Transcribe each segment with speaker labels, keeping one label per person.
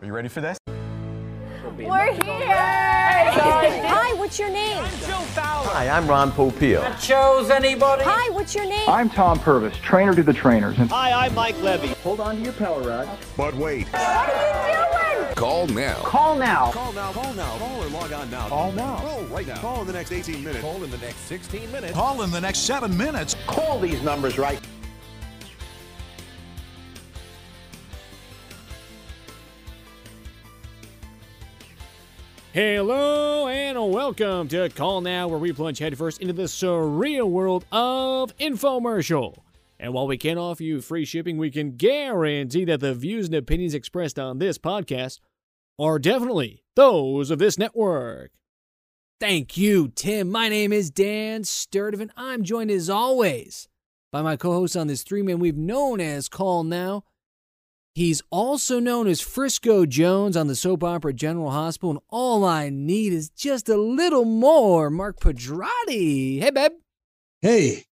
Speaker 1: Are you ready for this?
Speaker 2: We're here!
Speaker 3: Hi, what's your name?
Speaker 4: Hi, I'm Ron Popeil.
Speaker 5: chose anybody.
Speaker 3: Hi, what's your name?
Speaker 6: I'm Tom Purvis, trainer to the trainers. And
Speaker 4: Hold on to your power rod.
Speaker 7: But wait,
Speaker 2: what are you doing?
Speaker 7: call now.
Speaker 6: call now.
Speaker 8: Call now, call now, call or log on now. Call now. Call right now. Call in the next 18 minutes. Call in the next 16 minutes. Call in the next 7 minutes.
Speaker 4: Call these numbers right
Speaker 9: Hello and welcome to Call Now, where we plunge headfirst into the surreal world of infomercial. And while we can't offer you free shipping, we can guarantee that the views and opinions expressed on this podcast are definitely those of this network. Thank you, Tim. My name is Dan Sturdivant. I'm joined as always by my co host on this three man we've known as Call Now, He's also known as Frisco Jones on the soap opera General Hospital, and all I need is just a little more Mark Pedrati. Hey, babe.
Speaker 10: Hey,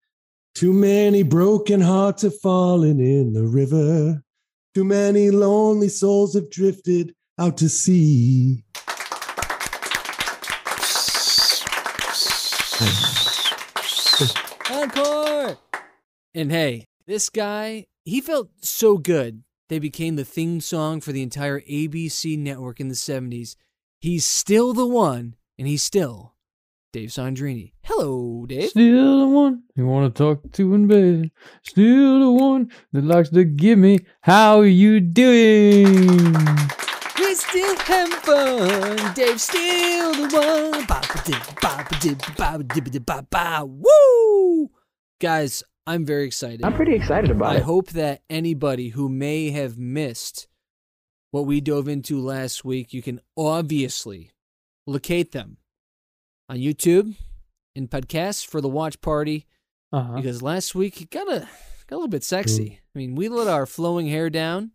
Speaker 10: too many broken hearts have fallen in the river. Too many lonely souls have drifted out to sea.
Speaker 9: Encore. And hey, this guy, he felt so good. They became the theme song for the entire ABC network in the 70s. He's still the one, and he's still Dave Sandrini. Hello, Dave.
Speaker 11: Still the one you want to talk to in bed. Still the one that likes to give me how you doing.
Speaker 9: We're still having fun. Dave's still the one. Ba-ba-dip, ba-ba-dip, ba-ba-dip, ba-ba. Woo! Guys, I'm very excited.
Speaker 4: I'm pretty excited about
Speaker 9: I
Speaker 4: it.
Speaker 9: hope that anybody who may have missed what we dove into last week, you can obviously locate them on YouTube and podcasts for the watch party
Speaker 11: Uh-huh.
Speaker 9: because last week it got a got a little bit sexy. I mean, we let our flowing hair down,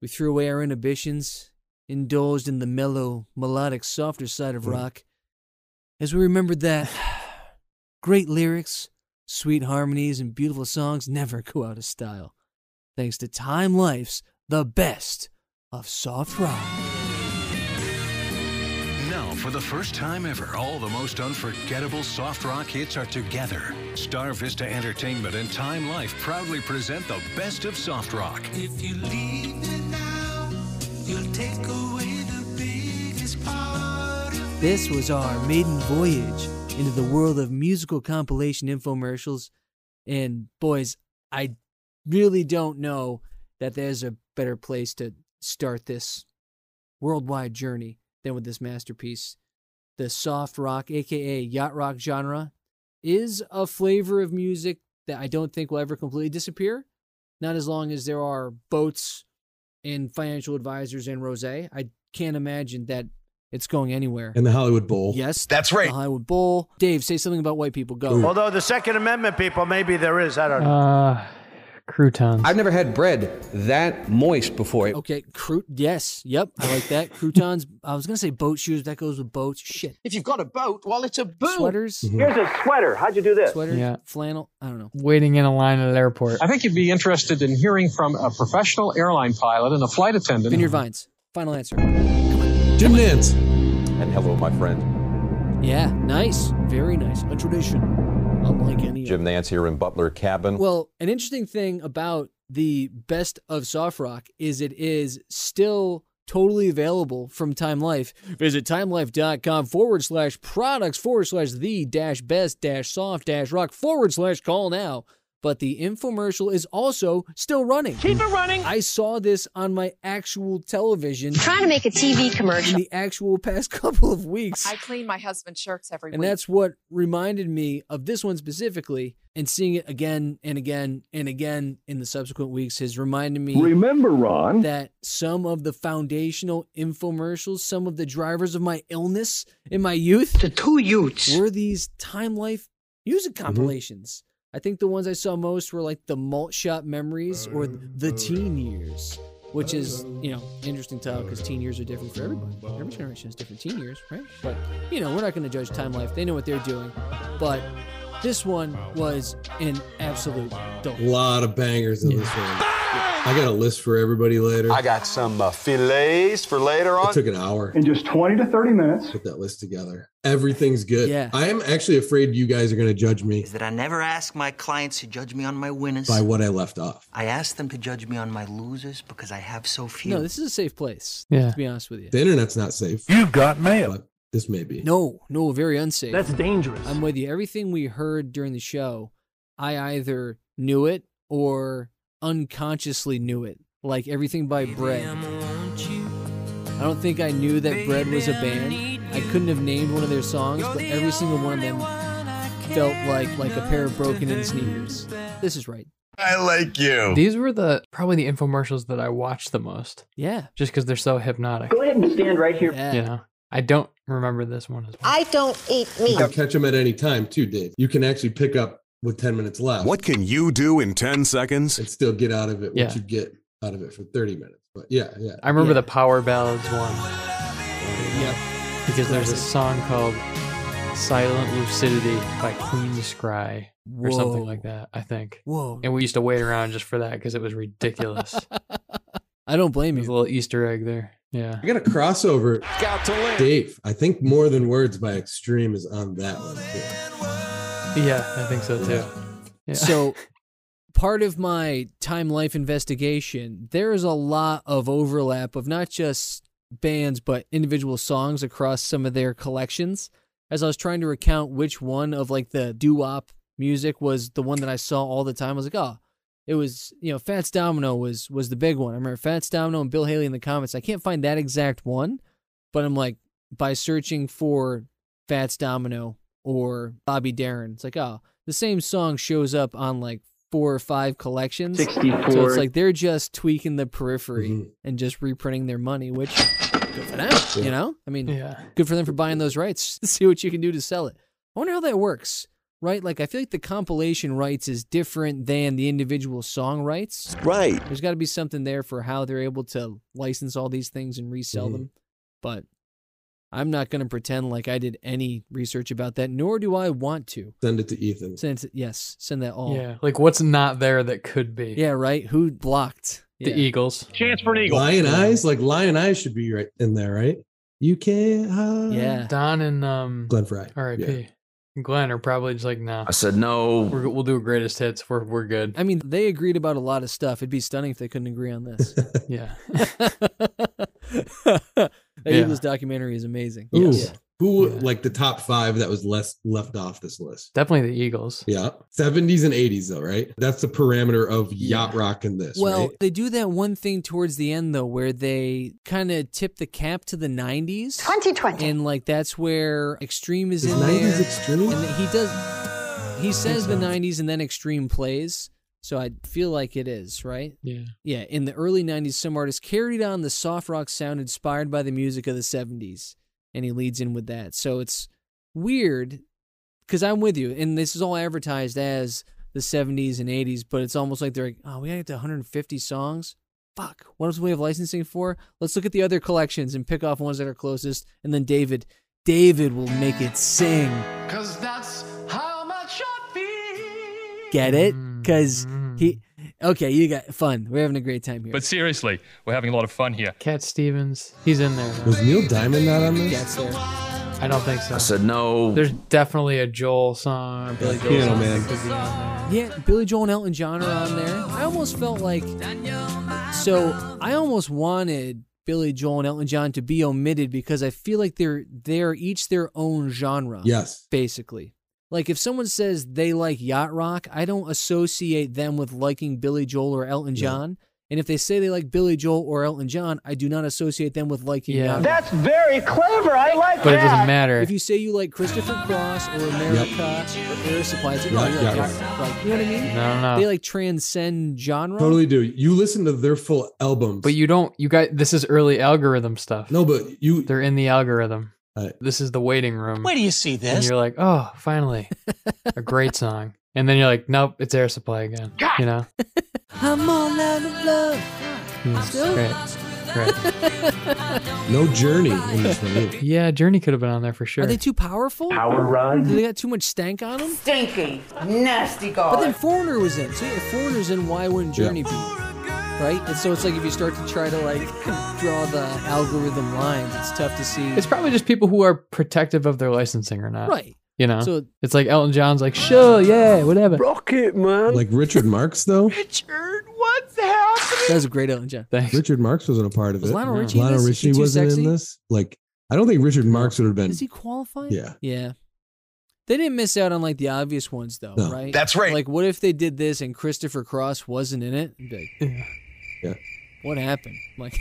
Speaker 9: we threw away our inhibitions, indulged in the mellow, melodic, softer side of rock, as we remembered that great lyrics, sweet harmonies, and beautiful songs never go out of style, thanks to Time Life's the best of soft rock.
Speaker 7: Now, for the first time ever, all the most unforgettable soft rock hits are together. Star Vista Entertainment and Time Life proudly present the best of soft rock.
Speaker 8: If you leave me now, you'll take away the biggest part of
Speaker 9: This was our maiden voyage into the world of musical compilation infomercials. And boys, I really don't know that there's a better place to start this worldwide journey than with this masterpiece. The soft rock, aka yacht rock genre, is a flavor of music that I don't think will ever completely disappear. Not as long as there are boats and financial advisors and rose. I can't imagine that it's going anywhere.
Speaker 10: And the Hollywood Bowl.
Speaker 9: Yes,
Speaker 1: That's right.
Speaker 9: The Hollywood Bowl. Dave, say something about white people. Go.
Speaker 4: Although the Second Amendment people, maybe there is. I don't
Speaker 11: Uh, croutons.
Speaker 5: I've never had bread that moist before.
Speaker 9: Okay, crout. Yes, yep, I like that. Croutons. I was gonna say boat shoes. That goes with boats. Shit.
Speaker 4: If you've got a boat, well, it's a boot.
Speaker 9: Sweaters.
Speaker 1: Mm-hmm.
Speaker 4: Here's a sweater. How'd you do this?
Speaker 9: Sweaters.
Speaker 11: Yeah.
Speaker 9: Flannel. I don't know.
Speaker 11: Waiting in a line at an airport.
Speaker 8: I think you'd be interested in hearing from a professional airline pilot and a flight attendant.
Speaker 9: Vineyard vines. Final answer.
Speaker 10: Jim Nance.
Speaker 4: And hello, my friend.
Speaker 9: Yeah. Nice. Very nice. A tradition, unlike any. other.
Speaker 4: Nance here in Butler Cabin.
Speaker 9: Well, an interesting thing about the best of soft rock is it is still totally available from Time Life. Visit timelife.com forward slash products forward slash the dash best dash soft dash rock forward slash call now. But the infomercial is also still running. Keep it running. I saw this on my actual television
Speaker 3: Trying to make a TV
Speaker 9: in
Speaker 3: commercial.
Speaker 9: the actual past couple of weeks.
Speaker 2: I clean my husband's shirts every
Speaker 9: And
Speaker 2: week.
Speaker 9: that's what reminded me of this one specifically, and seeing it again and again and again in the subsequent weeks has reminded me
Speaker 6: Remember, Ron.
Speaker 9: that some of the foundational infomercials, some of the drivers of my illness in my youth,
Speaker 5: The two youths.
Speaker 9: were these Time Life music compilations. I think the ones I saw most were like the Malt Shop Memories or the Teen Years, which is, you know, interesting title because teen years are different for everybody. Every generation has different teen years, right? But, you know, we're not going to judge Time Life. They know what they're doing. But this one was an absolute dope.
Speaker 10: A lot of bangers in this one. I got a list for everybody later.
Speaker 7: I got some uh, fillets for later on.
Speaker 10: It took an hour.
Speaker 12: In just 20 to 30 minutes.
Speaker 10: Put that list together. Everything's good.
Speaker 4: Yeah.
Speaker 10: I am actually afraid you guys are going to judge me
Speaker 4: That I never ask my clients to judge me on my winners.
Speaker 10: by what I left off.
Speaker 4: I ask them to judge me on my losers because I have so few.
Speaker 9: No, this is a safe place.
Speaker 10: Yeah.
Speaker 9: To be honest with you.
Speaker 10: The internet's not safe. You've got mail. But this may be.
Speaker 9: No, no, very unsafe.
Speaker 10: That's dangerous.
Speaker 9: I'm with you. Everything we heard during the show, I either knew it or unconsciously knew it. Like everything by Bread. I don't think I knew that Bread was a band. I couldn't have named one of their songs, but every single one of them felt like like a pair of broken in sneakers. This is right.
Speaker 13: I like you.
Speaker 11: These were the probably the infomercials that I watched the most.
Speaker 9: Yeah.
Speaker 11: Just because they're so hypnotic.
Speaker 13: Go ahead and stand right here.
Speaker 11: You know, I don't remember this one as well.
Speaker 3: I don't eat
Speaker 10: You can catch them at any time, too, Dave. You can actually pick up with 10 minutes left.
Speaker 7: What can you do in 10 seconds?
Speaker 10: And still get out of it what
Speaker 11: Yeah.
Speaker 10: you get out of it for 30 minutes. But yeah, yeah.
Speaker 11: I remember
Speaker 10: Yeah.
Speaker 11: the Power Ballads one.
Speaker 9: Yeah.
Speaker 11: Because there's a song called Silent Lucidity by Queen Scry or something
Speaker 9: Whoa.
Speaker 11: like that, I think.
Speaker 9: Whoa.
Speaker 11: And we used to wait around just for that because it was ridiculous.
Speaker 9: I don't blame
Speaker 11: you. a little Easter egg there. Yeah.
Speaker 10: I got a crossover. Dave, I think More Than Words by Extreme is on that one.
Speaker 11: Yeah, I think so too. Yeah.
Speaker 9: So, part of my time life investigation, there is a lot of overlap of not just bands, but individual songs across some of their collections. As I was trying to recount which one of like the doo wop music was the one that I saw all the time, I was like, oh, it was, you know, Fats Domino was was the big one. I remember Fats Domino and Bill Haley in the comments. I can't find that exact one, but I'm like, by searching for Fats Domino or Bobby Darin. It's like, oh, the same song shows up on like four or five collections.
Speaker 13: 64.
Speaker 9: So it's like they're just tweaking the periphery
Speaker 10: Mm-hmm.
Speaker 9: and just reprinting their money, which Mm-hmm. good for them. You know? I mean
Speaker 11: Yeah.
Speaker 9: good for them for buying those rights. See what you can do to sell it. I wonder how that works. Right? Like I feel like the compilation rights is different than the individual song rights.
Speaker 7: Right.
Speaker 9: There's gotta be something there for how they're able to license all these things and resell
Speaker 10: Mm-hmm.
Speaker 11: Mhm.
Speaker 9: them. But I'm not going to pretend like I did any research about that, nor do I want to.
Speaker 10: Send it to Ethan.
Speaker 9: Send it, yes, send that all.
Speaker 11: Yeah. Like what's not there that could be?
Speaker 9: Oh. Yeah, right. Who blocked
Speaker 11: The
Speaker 9: Yeah.
Speaker 10: E
Speaker 11: Eagles.
Speaker 9: Chance for an
Speaker 10: Lion Eyes? Like Lion Eyes should be right in there, right? You can't hide.
Speaker 11: Don and um
Speaker 10: Glenn Fry.
Speaker 11: R.I.P.
Speaker 10: Yeah.
Speaker 11: Glenn are probably just like, nah.
Speaker 13: I said no.
Speaker 11: We're, go- we'll do greatest hits. We're we're good.
Speaker 9: I mean, they agreed about a lot of stuff. It'd be stunning if they couldn't agree on this.
Speaker 11: yeah.
Speaker 9: the
Speaker 10: Yeah.
Speaker 9: Eagles documentary is amazing.
Speaker 10: Ooh.
Speaker 9: Yes.
Speaker 10: Who like the top five that was less left off this list?
Speaker 11: Definitely the Eagles.
Speaker 10: Yeah. 70s and 80s though, right? That's the parameter of yacht rock in this.
Speaker 9: Well,
Speaker 10: right?
Speaker 9: they do that one thing towards the end though, where they kind of tip the cap to the '90s, 2020, and like that's where extreme is,
Speaker 10: Is
Speaker 9: in
Speaker 10: 90s
Speaker 9: there.
Speaker 10: extreme?
Speaker 9: and he does. He says the '90s, and then extreme plays. So I feel like it is right.
Speaker 11: Yeah.
Speaker 9: Yeah, in the early 90s, some artists carried on the soft rock sound inspired by the music of the 70s, and he leads in with that. So it's weird because I'm with you, and this is all advertised as the 70s and 80s, but it's almost like they're like, oh, we gotta get to 150 songs. Fuck, what else do we have licensing for? Let's look at the other collections and pick off ones that are closest, and then David, David will make it sing.
Speaker 13: Cause that's how much I
Speaker 9: Get it? Because he, okay, you got fun. We're having a great time here.
Speaker 14: But seriously, we're having a lot of fun here.
Speaker 11: Cat Stevens. He's in there.
Speaker 10: Was Neil Diamond not on this?
Speaker 9: Gets there.
Speaker 11: I don't think so.
Speaker 13: I said no.
Speaker 11: There's definitely a Joel song, a Billy
Speaker 10: Yeah,
Speaker 11: Joel
Speaker 10: Piano
Speaker 11: song.
Speaker 10: Man.
Speaker 11: that could be on there.
Speaker 9: Yeah, Billy Joel and Elton John are on there. I almost felt like so I almost wanted Billy Joel and Elton John to be omitted because I feel like they're they're each their own genre.
Speaker 10: Yes.
Speaker 9: Basically. Like if someone says they like yacht rock, I don't associate them with liking Billy Joel or Elton John. And if they say they like Billy Joel or Elton John, I do not associate them with liking
Speaker 11: Yeah.
Speaker 9: yacht rock.
Speaker 13: That's very clever. I like
Speaker 11: But it doesn't matter.
Speaker 9: If you say you like Christopher Cross or America or Air Supply, it's like, oh,
Speaker 10: Right,
Speaker 9: you
Speaker 10: yeah,
Speaker 9: like yacht rock. Like, you know what I mean?
Speaker 11: No, no.
Speaker 9: They like transcend genre.
Speaker 10: Totally do. You listen to their full albums.
Speaker 11: But you don't. You got this is early algorithm stuff.
Speaker 10: No, but you.
Speaker 11: They're in the algorithm.
Speaker 10: Right.
Speaker 11: This is the waiting room.
Speaker 13: Where do you see
Speaker 11: And
Speaker 13: this?
Speaker 11: you're like, oh, finally, a great song. And then you're like, nope, it's Air Supply again. You know.
Speaker 9: I'm all out of love.
Speaker 11: Yeah,
Speaker 9: Still-
Speaker 11: Great. Great.
Speaker 10: No journey in this one. either.
Speaker 11: Yeah, Journey could have been on there for sure.
Speaker 9: Are they too powerful?
Speaker 11: Power Run?
Speaker 9: Do they got too much stank on them? Stinky, nasty guy. But then Foreigner was in. So yeah, if Foreigner's in. Why wouldn't
Speaker 10: Yeah.
Speaker 9: Journey right? And so it's like if you start to try to like draw the algorithm lines, it's tough to see.
Speaker 11: It's probably just people who are protective of their licensing or not.
Speaker 9: Right.
Speaker 11: You know?
Speaker 9: So- oh,
Speaker 11: it's like Elton John's like, sure, yeah, whatever.
Speaker 10: Rocket man. Like Richard Marx though.
Speaker 9: Richard, what's happening? That was a great Elton John.
Speaker 10: Richard Marx wasn't a part of
Speaker 9: Was
Speaker 10: it.
Speaker 9: Lionel Richie in
Speaker 10: Lionel
Speaker 9: this? Is he
Speaker 10: Richie
Speaker 9: too
Speaker 10: wasn't
Speaker 9: sexy?
Speaker 10: in this. Like I don't think Richard Marx would have been.
Speaker 9: Is he qualified?
Speaker 10: Yeah.
Speaker 9: Yeah. They didn't miss out on like the obvious ones though,
Speaker 10: No.
Speaker 9: right?
Speaker 10: That's right.
Speaker 9: Like what if they did this and Christopher Cross wasn't in it? You'd be like,
Speaker 10: Yeah.
Speaker 9: What happened? Like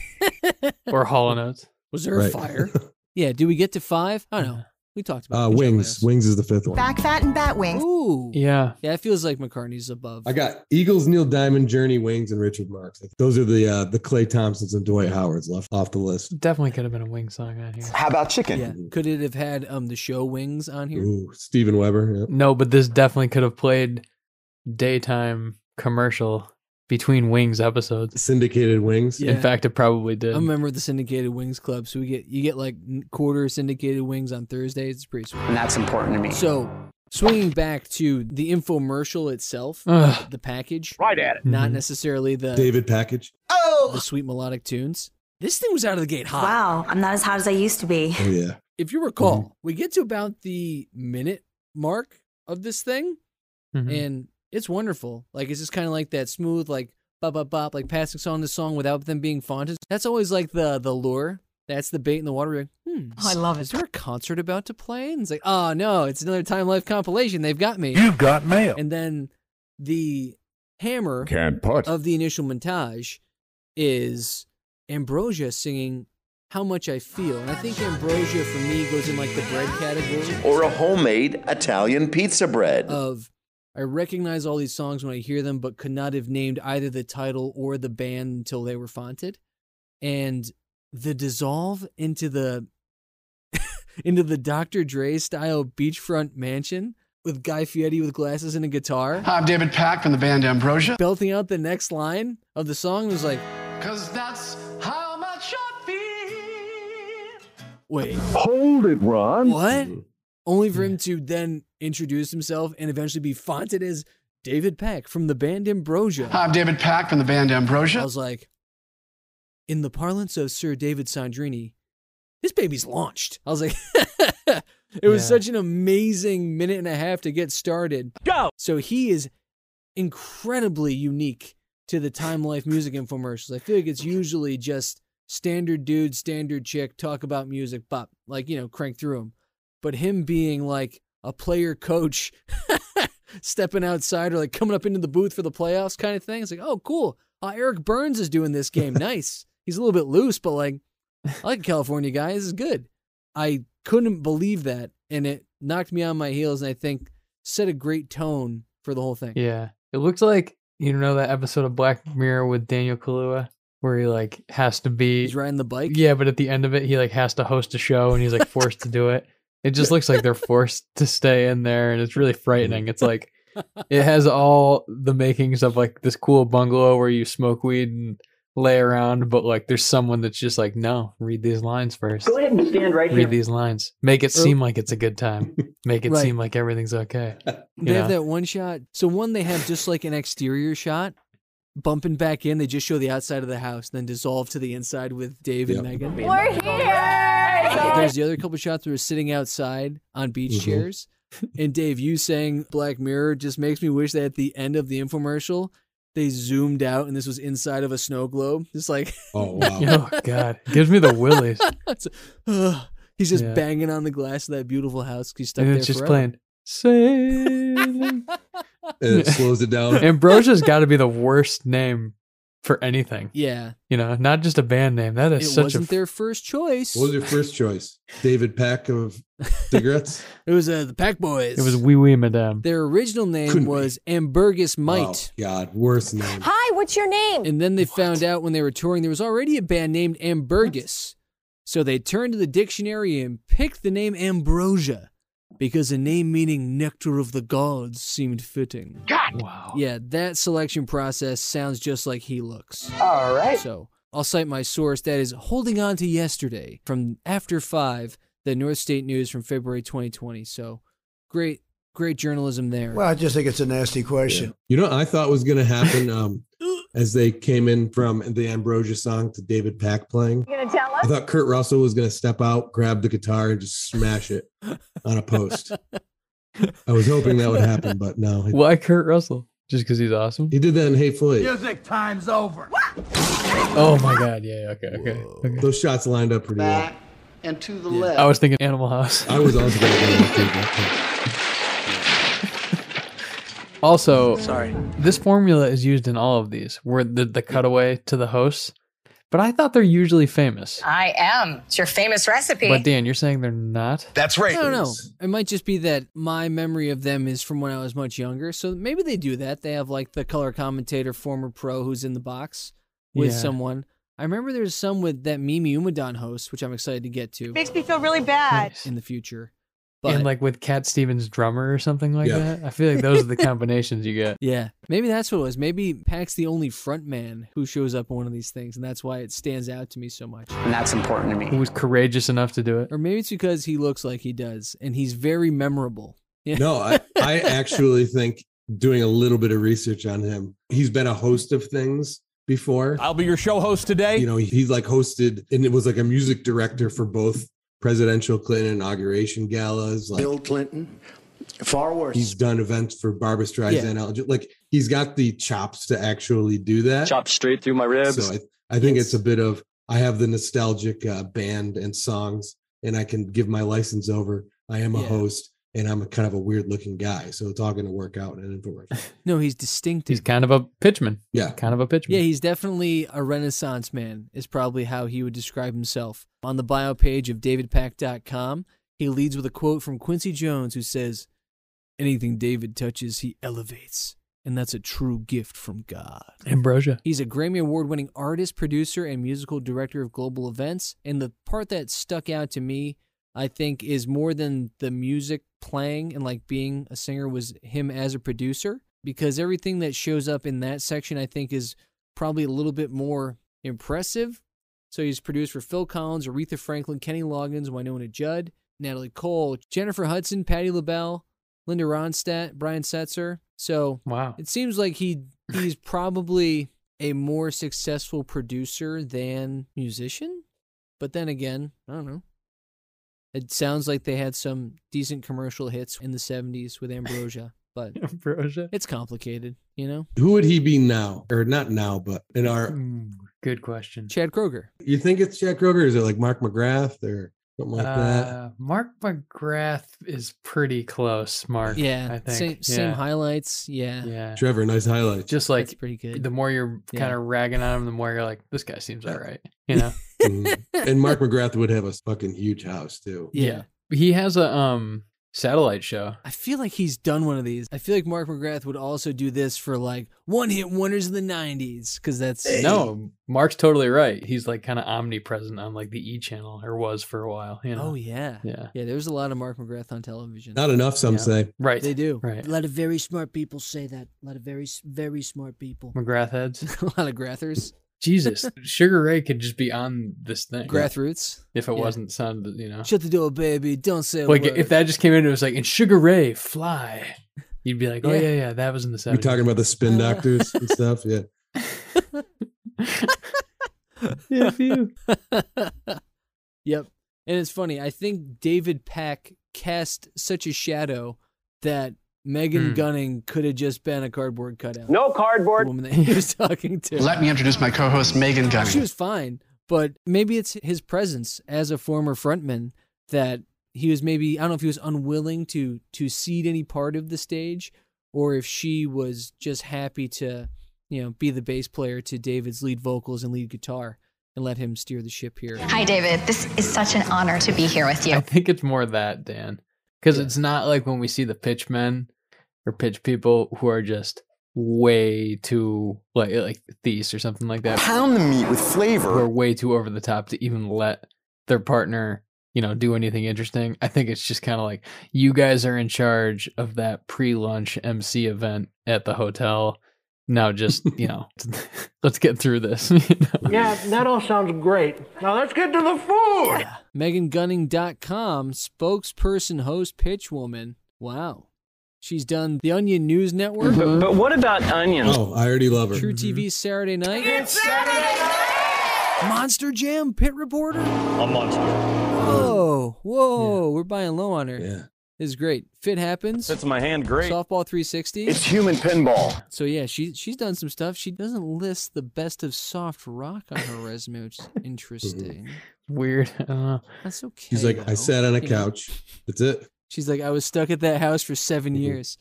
Speaker 11: or Hall and Oates.
Speaker 9: Was there a
Speaker 10: Right.
Speaker 9: fire? yeah, do we get to five? I don't know. We talked about
Speaker 10: Uh,
Speaker 9: it.
Speaker 10: wings. Wings is the fifth one.
Speaker 15: Back fat and bat wings.
Speaker 9: Ooh.
Speaker 11: Yeah.
Speaker 9: Yeah, it feels like McCartney's above.
Speaker 10: I got Eagles, Neil Diamond, Journey, Wings, and Richard Marx. Those are the uh, the Clay Thompsons and Dwight Howards left off the list.
Speaker 11: Definitely could have been a wing song on here.
Speaker 10: How about chicken?
Speaker 9: Yeah. Could it have had um the show wings on here?
Speaker 10: Ooh, Steven Weber. yeah.
Speaker 11: No, but this definitely could have played daytime commercial between Wings episodes.
Speaker 10: Syndicated Wings.
Speaker 11: In fact, it probably did.
Speaker 9: I'm a member of the syndicated wings club, so we get you get like n- quarter syndicated wings on Thursdays. It's pretty sweet.
Speaker 16: And that's important to me.
Speaker 9: So swinging back to the infomercial itself,
Speaker 11: Ugh.
Speaker 9: the package, right at it.
Speaker 11: Mm-hmm.
Speaker 9: Not necessarily the
Speaker 10: David Package.
Speaker 9: Oh, the sweet melodic tunes. This thing was out of the gate hot.
Speaker 15: Wow, I'm not as hot as I used to be.
Speaker 10: Oh yeah.
Speaker 9: If you recall, we get to about the minute mark of this thing,
Speaker 11: Mhm.
Speaker 9: and it's wonderful. Like it's just kind of like that smooth, like bop bop bop, like passing song to song without them being fonted. That's always like the the lure. That's the bait in the water. You're Like, hmm, I love it. Is there a concert about to play? And it's like, oh no, it's another Time Life compilation. They've got me. You've got mail. And then the hammer
Speaker 3: Can't put.
Speaker 9: of the initial montage is Ambrosia singing "How Much I Feel," and I think Ambrosia for me goes in like the bread category
Speaker 17: Or a homemade Italian pizza bread.
Speaker 9: of I recognize all these songs when I hear them, but could not have named either the title or the band until they were fonted. And the dissolve into the into the Dr. Dre style beachfront mansion with Guy Fieri with glasses and a guitar.
Speaker 18: Hi, I'm David Pack from the band Ambrosia.
Speaker 9: Belting out the next line of the song was like,
Speaker 18: Cause that's how much I
Speaker 9: wait,
Speaker 6: Hold it, Ron.
Speaker 9: What? only for him to then introduce himself and eventually be fonted as David Pack from the band Ambrosia.
Speaker 18: Hi, I'm David Pack from the band Ambrosia.
Speaker 9: I was like, in the parlance of Sir David Sandrini, this baby's launched. I was like, it was
Speaker 11: Yeah.
Speaker 9: such an amazing minute and a half to get started. Go! So he is incredibly unique to the Time Life music infomercials. I feel like it's usually just standard dude, standard chick, talk about music, bop, like, you know, crank through them. But him being like a player coach stepping outside or like coming up into the booth for the playoffs kind of thing. It's like, oh, cool. Uh, Eric Burns is doing this game. Nice. He's a little bit loose, but like, I like a California guy. This is good. I couldn't believe that. And it knocked me on my heels. And I think set a great tone for the whole thing.
Speaker 11: Yeah. It looks like you know that episode of Black Mirror with Daniel Kaluuya where he like has to be He's
Speaker 9: riding the bike.
Speaker 11: Yeah, but at the end of it he like has to host a show and he's like forced to do it. It just looks like they're forced to stay in there and it's really frightening. It's like it has all the makings of like this cool bungalow where you smoke weed and lay around, but like there's someone that's just like, no, read these lines first.
Speaker 18: Go ahead and stand right
Speaker 11: read
Speaker 18: here.
Speaker 11: these lines. Make it
Speaker 9: Or-
Speaker 11: seem like it's a good time. Make it
Speaker 9: Right.
Speaker 11: seem like everything's okay.
Speaker 9: They
Speaker 11: You
Speaker 9: have
Speaker 11: know?
Speaker 9: that one shot. So one they have just like an exterior shot, bumping back in. They just show the outside of the house, then dissolve to the inside with Dave and Megan.
Speaker 8: We're here.
Speaker 9: There's the other couple shots where we're sitting outside on beach
Speaker 11: Mm-hmm.
Speaker 8: Mhm.
Speaker 9: chairs. And Dave, you saying Black Mirror just makes me wish that at the end of the infomercial, they zoomed out and this was inside of a snow globe. Just like,
Speaker 10: oh
Speaker 11: oh god, gives me the willies.
Speaker 9: he's just
Speaker 11: Yeah.
Speaker 9: banging on the glass of that beautiful house. 'cause He's stuck
Speaker 11: and
Speaker 9: there
Speaker 11: it's just
Speaker 9: forever.
Speaker 11: playing. Sailing.
Speaker 10: And it slows it down.
Speaker 11: Ambrosia's got to be the worst name for anything.
Speaker 9: Yeah.
Speaker 11: You know, not just a band name. That is
Speaker 9: It
Speaker 11: such
Speaker 9: wasn't
Speaker 11: a.
Speaker 9: their first choice.
Speaker 10: What was your first choice? David Pack of cigarettes.
Speaker 9: It was uh, the Pack Boys.
Speaker 11: it was Wee Wee Madame.
Speaker 9: Their original name
Speaker 11: Couldn't be.
Speaker 9: was Ambergus Might.
Speaker 10: Oh, God, worst name.
Speaker 9: Hi, what's your name? And then they found out when they were touring there was already a band named Ambergus. So they turned to the dictionary and picked the name Ambrosia because a name meaning nectar of the gods seemed fitting.
Speaker 18: God.
Speaker 11: Wow.
Speaker 9: Yeah, that selection process sounds just like he looks.
Speaker 18: All right.
Speaker 9: So I'll cite my source that is holding on to yesterday from after five, the North State News from February 2020. So great, great journalism there.
Speaker 19: Well, I just think it's a nasty question.
Speaker 10: You know, what I thought was going to happen. Um, as they came in from the Ambrosia song to David Pack playing.
Speaker 16: You gonna tell
Speaker 10: I
Speaker 16: us?
Speaker 10: thought Kurt Russell was going to step out, grab the guitar, and just smash it on a post. I was hoping that would happen, but no.
Speaker 11: Why Kurt Russell? Just because he's awesome?
Speaker 10: He did that in Hateful Eight.
Speaker 3: Music time's over.
Speaker 11: Oh my god! Yeah. Okay. Okay. okay.
Speaker 10: Those shots lined up pretty well.
Speaker 3: And to the left.
Speaker 11: I was thinking Animal House.
Speaker 10: I was also going to
Speaker 11: Also,
Speaker 3: Sorry.
Speaker 11: This formula is used in all of these, where the, the cutaway to the hosts. But I thought they're usually famous.
Speaker 19: I am. It's your famous recipe.
Speaker 11: But Dan, you're saying they're not.
Speaker 9: That's right. I don't know. It might just be that my memory of them is from when I was much younger. So maybe they do that. They have like the color commentator, former pro who's in the box with
Speaker 11: Yeah.
Speaker 9: someone. I remember there's some with that Mimi Umadon host, which I'm excited to get to
Speaker 16: Makes me feel really bad.
Speaker 9: in the future.
Speaker 11: and
Speaker 9: But-
Speaker 11: like with Cat Stevens drummer or something like
Speaker 9: Yeah.
Speaker 11: that. I feel like those are the combinations you get.
Speaker 9: Yeah. Maybe that's what it was. Maybe Pac's the only front man who shows up on one of these things, and that's why it stands out to me so much.
Speaker 11: And that's important to me. Who was courageous enough to do it?
Speaker 9: Or maybe it's because he looks like he does, and he's very memorable. Yeah.
Speaker 10: do. No, I, I actually think doing a little bit of research on him, he's been a host of things before.
Speaker 20: I'll be your show host today.
Speaker 10: You know, he's like hosted and it was like a music director for both presidential Clinton inauguration galas. Like
Speaker 18: Bill Clinton, far worse.
Speaker 10: he's done events for Barbara Streisand. Al- Like he's got the chops to actually do that.
Speaker 21: Chopped straight through my ribs.
Speaker 10: So I, I think it's a bit of I have the nostalgic uh, band and songs, and I can give my license over. I am a
Speaker 9: Yeah.
Speaker 10: host, and I'm a kind of a weird looking guy, so it's all going to work out in an infomercial.
Speaker 9: No, he's distinctive.
Speaker 11: He's kind of a pitchman.
Speaker 10: Yeah.
Speaker 11: Kind of a pitchman.
Speaker 9: Yeah, he's definitely a renaissance man, is probably how he would describe himself. On the bio page of davidpack.com, he leads with a quote from Quincy Jones who says, Anything David touches, he elevates. And that's a true gift from God.
Speaker 11: Ambrosia.
Speaker 9: He's a Grammy Award winning artist, producer, and musical director of global events. And the part that stuck out to me, I think, is more than the music playing and like being a singer, was him as a producer. Because everything that shows up in that section, I think, is probably a little bit more impressive. So he's produced for Phil Collins, Aretha Franklin, Kenny Loggins, Winona Judd, Natalie Cole, Jennifer Hudson, Patti LaBelle, Linda Ronstadt, Brian Setzer. So
Speaker 11: wow,
Speaker 9: it seems like he he's probably a more successful producer than musician. But then again, I don't know. It sounds like they had some decent commercial hits in the '70s with Ambrosia, but
Speaker 11: Ambrosia,
Speaker 9: it's complicated, you know.
Speaker 10: Who would he be now, or not now, but in
Speaker 11: Hmm.
Speaker 10: our?
Speaker 11: Good question.
Speaker 9: Chad Kroger.
Speaker 10: You think it's Jack Kroger? Is it like Mark McGrath or something like that?
Speaker 11: Uh, Mark McGrath is pretty close. Mark.
Speaker 9: Yeah,
Speaker 11: I think.
Speaker 9: same same
Speaker 11: Yeah.
Speaker 9: highlights. Yeah,
Speaker 11: Yeah.
Speaker 10: Trevor, nice highlight.
Speaker 11: Just like
Speaker 9: pretty good.
Speaker 11: The more you're
Speaker 9: Yeah.
Speaker 11: kind of ragging on him, the more you're like, this guy seems
Speaker 9: Uh,
Speaker 11: all right. You know.
Speaker 10: Mm. and Mark McGrath would have a fucking huge house too.
Speaker 11: He has a um satellite show.
Speaker 9: I feel like he's done one of these. I feel like Mark McGrath would also do this for like one hit wonders of the '90s because that's
Speaker 11: No, Mark's totally right. He's like kind of omnipresent on like the E channel or was for a while. You know.
Speaker 9: Oh yeah,
Speaker 11: Yeah.
Speaker 9: yeah. There was a lot of Mark McGrath on television.
Speaker 10: Not enough, some
Speaker 11: Yeah.
Speaker 10: say.
Speaker 11: Right.
Speaker 9: They do.
Speaker 11: Right.
Speaker 22: A lot of very smart people say that. A lot of very, s- very smart people.
Speaker 11: McGrath heads.
Speaker 9: a lot of Grathers.
Speaker 11: Jesus, Sugar Ray could just be on this thing.
Speaker 9: Grath roots.
Speaker 11: If it
Speaker 9: Yeah.
Speaker 11: wasn't sounded, you know.
Speaker 9: Shut the door, baby. Don't say a
Speaker 11: Like
Speaker 9: word.
Speaker 11: if that just came in, it was like, and Sugar Ray fly. You'd be like, oh yeah,
Speaker 9: Yeah.
Speaker 11: yeah, that Uh, was in the
Speaker 10: We're
Speaker 11: seventies.
Speaker 10: talking about the spin doctors and stuff. Yeah.
Speaker 11: if you.
Speaker 9: yep. And it's funny. I think David Pack cast such a shadow that Megan
Speaker 18: Hmm.
Speaker 9: Gunning could have just been a cardboard cutout.
Speaker 18: No cardboard.
Speaker 9: The woman that he was talking to.
Speaker 18: Let me introduce my co-host Megan Gunning.
Speaker 9: She was fine, but maybe it's his presence as a former frontman that he was maybe I don't know if he was unwilling to to cede any part of the stage or if she was just happy to, you know, be the bass player to David's lead vocals and lead guitar and let him steer the ship here.
Speaker 2: Hi, David. This is such an honor to be here with you.
Speaker 11: I think it's more that Dan, because it's not like when we see the pitch men or pitch people who are just way too like eh, like thieves or something like that.
Speaker 17: Pound the meat with flavor.
Speaker 11: Who are way too over the top to even let their partner you know do anything interesting. I think it's just kind of like you guys are in charge of that pre-lunch MC event at the hotel. Now just you know, let's get through this. you know?
Speaker 3: Yeah, that all sounds great. Now let's get to the food.
Speaker 9: MeganGunning.com spokesperson host pitchwoman. Wow. She's done the Onion News Network.
Speaker 16: But, but what about onions?
Speaker 10: Oh, I already love her.
Speaker 9: True
Speaker 16: Mm-hmm.
Speaker 9: TV Saturday Night. Monster Jam Pit Reporter.
Speaker 16: A monster.
Speaker 9: Whoa, whoa, we're buying low on her. Yeah. This is great. Fit happens.
Speaker 16: Fits my hand great.
Speaker 9: Softball 360.
Speaker 16: It's human pinball.
Speaker 9: So yeah, she she's done some stuff. She doesn't list the best of soft rock on her resume, which is interesting.
Speaker 11: Weird. I don't know.
Speaker 9: That's okay.
Speaker 10: He's like, I sat on a
Speaker 9: Yeah.
Speaker 10: couch. That's it.
Speaker 9: She's like, I was stuck at that house for 7
Speaker 16: Mm-hmm.
Speaker 9: years.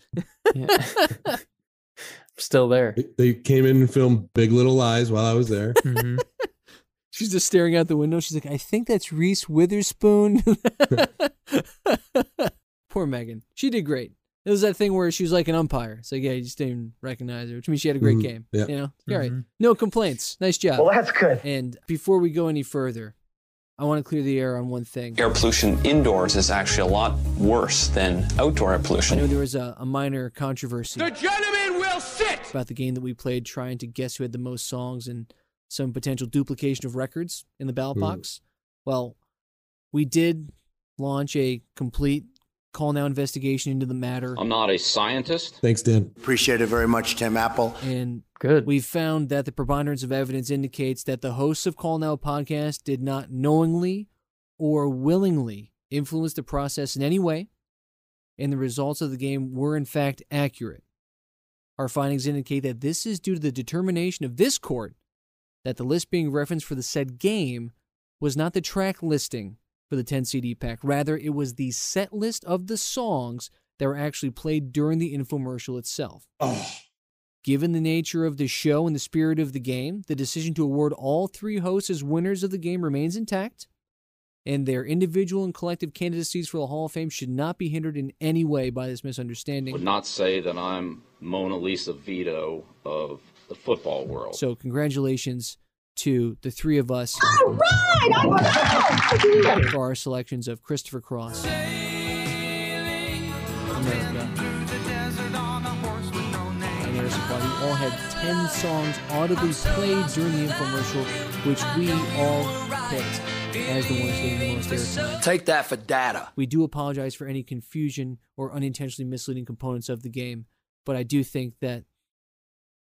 Speaker 11: Still there.
Speaker 10: They came in and filmed Big Little Lies while I was there.
Speaker 9: She's just staring out the window. She's like, I think that's Reese Witherspoon. Poor Megan. She did great. It was that thing where she was like an umpire. So yeah, you just didn't even recognize her, which means she had a great
Speaker 10: Mhm.
Speaker 9: game.
Speaker 10: Yeah.
Speaker 9: You know? All right. No complaints. Nice job.
Speaker 16: Well, that's good.
Speaker 9: And before we go any further, I want to clear the air on one thing.
Speaker 21: Air pollution indoors is actually a lot worse than outdoor air
Speaker 9: I know
Speaker 21: pollution.
Speaker 9: there was a, a minor controversy. The gentleman will sit about the game that we played, trying to guess who had the most songs and some potential duplication of records in the ballot
Speaker 16: Hmm.
Speaker 9: box. Well, we did launch a complete call now investigation into the matter,
Speaker 5: Um,
Speaker 21: I'm not a scientist.
Speaker 10: Thanks, Dan.
Speaker 18: Appreciate it very much, Tim Apple.
Speaker 9: and
Speaker 11: good.
Speaker 9: We found that the preponderance of evidence indicates that the hosts of Call Now podcast did not knowingly or willingly influence the process in any way, and the results of the game were in fact accurate. Our findings indicate that this is due to the determination of this court that the list being referenced for the said game was not the track listing for the 10 CD pack. Rather, it was the set list of the songs that were actually played during the infomercial itself. Given the nature of the show and the spirit of the game, the decision to award all three hosts as winners of the game remains intact, and their individual and collective candidacies for the Hall of Fame should not be hindered in any way by this misunderstanding.
Speaker 23: would not say that I'm Mona Lisa Vito of the football world.
Speaker 9: Oh. So, congratulations to the three of us for our selections of Christopher Cross, America, and Air Supply. We all had 10 songs audibly played during the infomercial, which we all picked as the ones getting the most airtime.
Speaker 18: Take that for data.
Speaker 9: We do apologize for any confusion or unintentionally misleading components of the game, but I do think that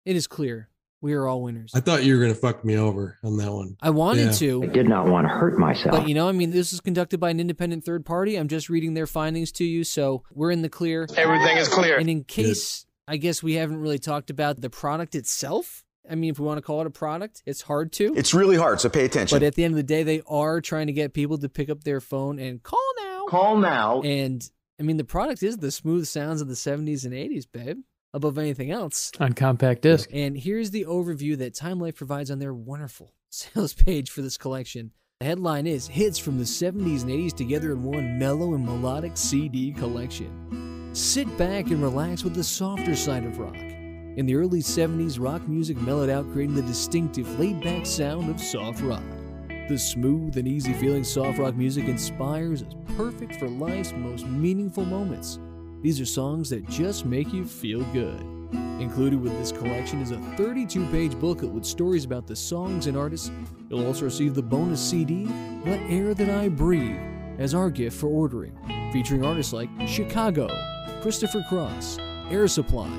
Speaker 9: it is clear we are all winners.
Speaker 10: I thought you were going to fuck me over on that one.
Speaker 9: I wanted
Speaker 10: Yeah.
Speaker 9: to.
Speaker 10: to hurt
Speaker 9: But you know, I mean, this is conducted by an independent third party. I'm just reading their findings to you, so we're in the clear.
Speaker 16: Everything is clear.
Speaker 9: And in case, I guess we haven't really talked about the product itself. I mean, if we want to call it a product, it's hard to.
Speaker 20: It's really hard, so pay attention.
Speaker 9: But at the end of the day, they are trying to get people to pick up their phone and call now. Call now. And I mean, the product is the smooth sounds of the 70s and 80s, babe, above anything else.
Speaker 11: On compact disc.
Speaker 9: And here's the overview that Time Life provides on their wonderful sales page for this collection. The headline is Hits from the 70s and 80s together in one mellow and melodic CD collection. Sit back and relax with the softer side of rock. In the early 70s, rock music mellowed out, creating the distinctive laid back sound of soft rock. The smooth and easy feeling soft rock music inspires is perfect for life's most meaningful moments. These are songs that just make you feel good. Included with this collection is a 32 page booklet with stories about the songs and artists. You'll also receive the bonus CD, What Air That I Breathe, as our gift for ordering, featuring artists like Chicago, Christopher Cross, Air Supply,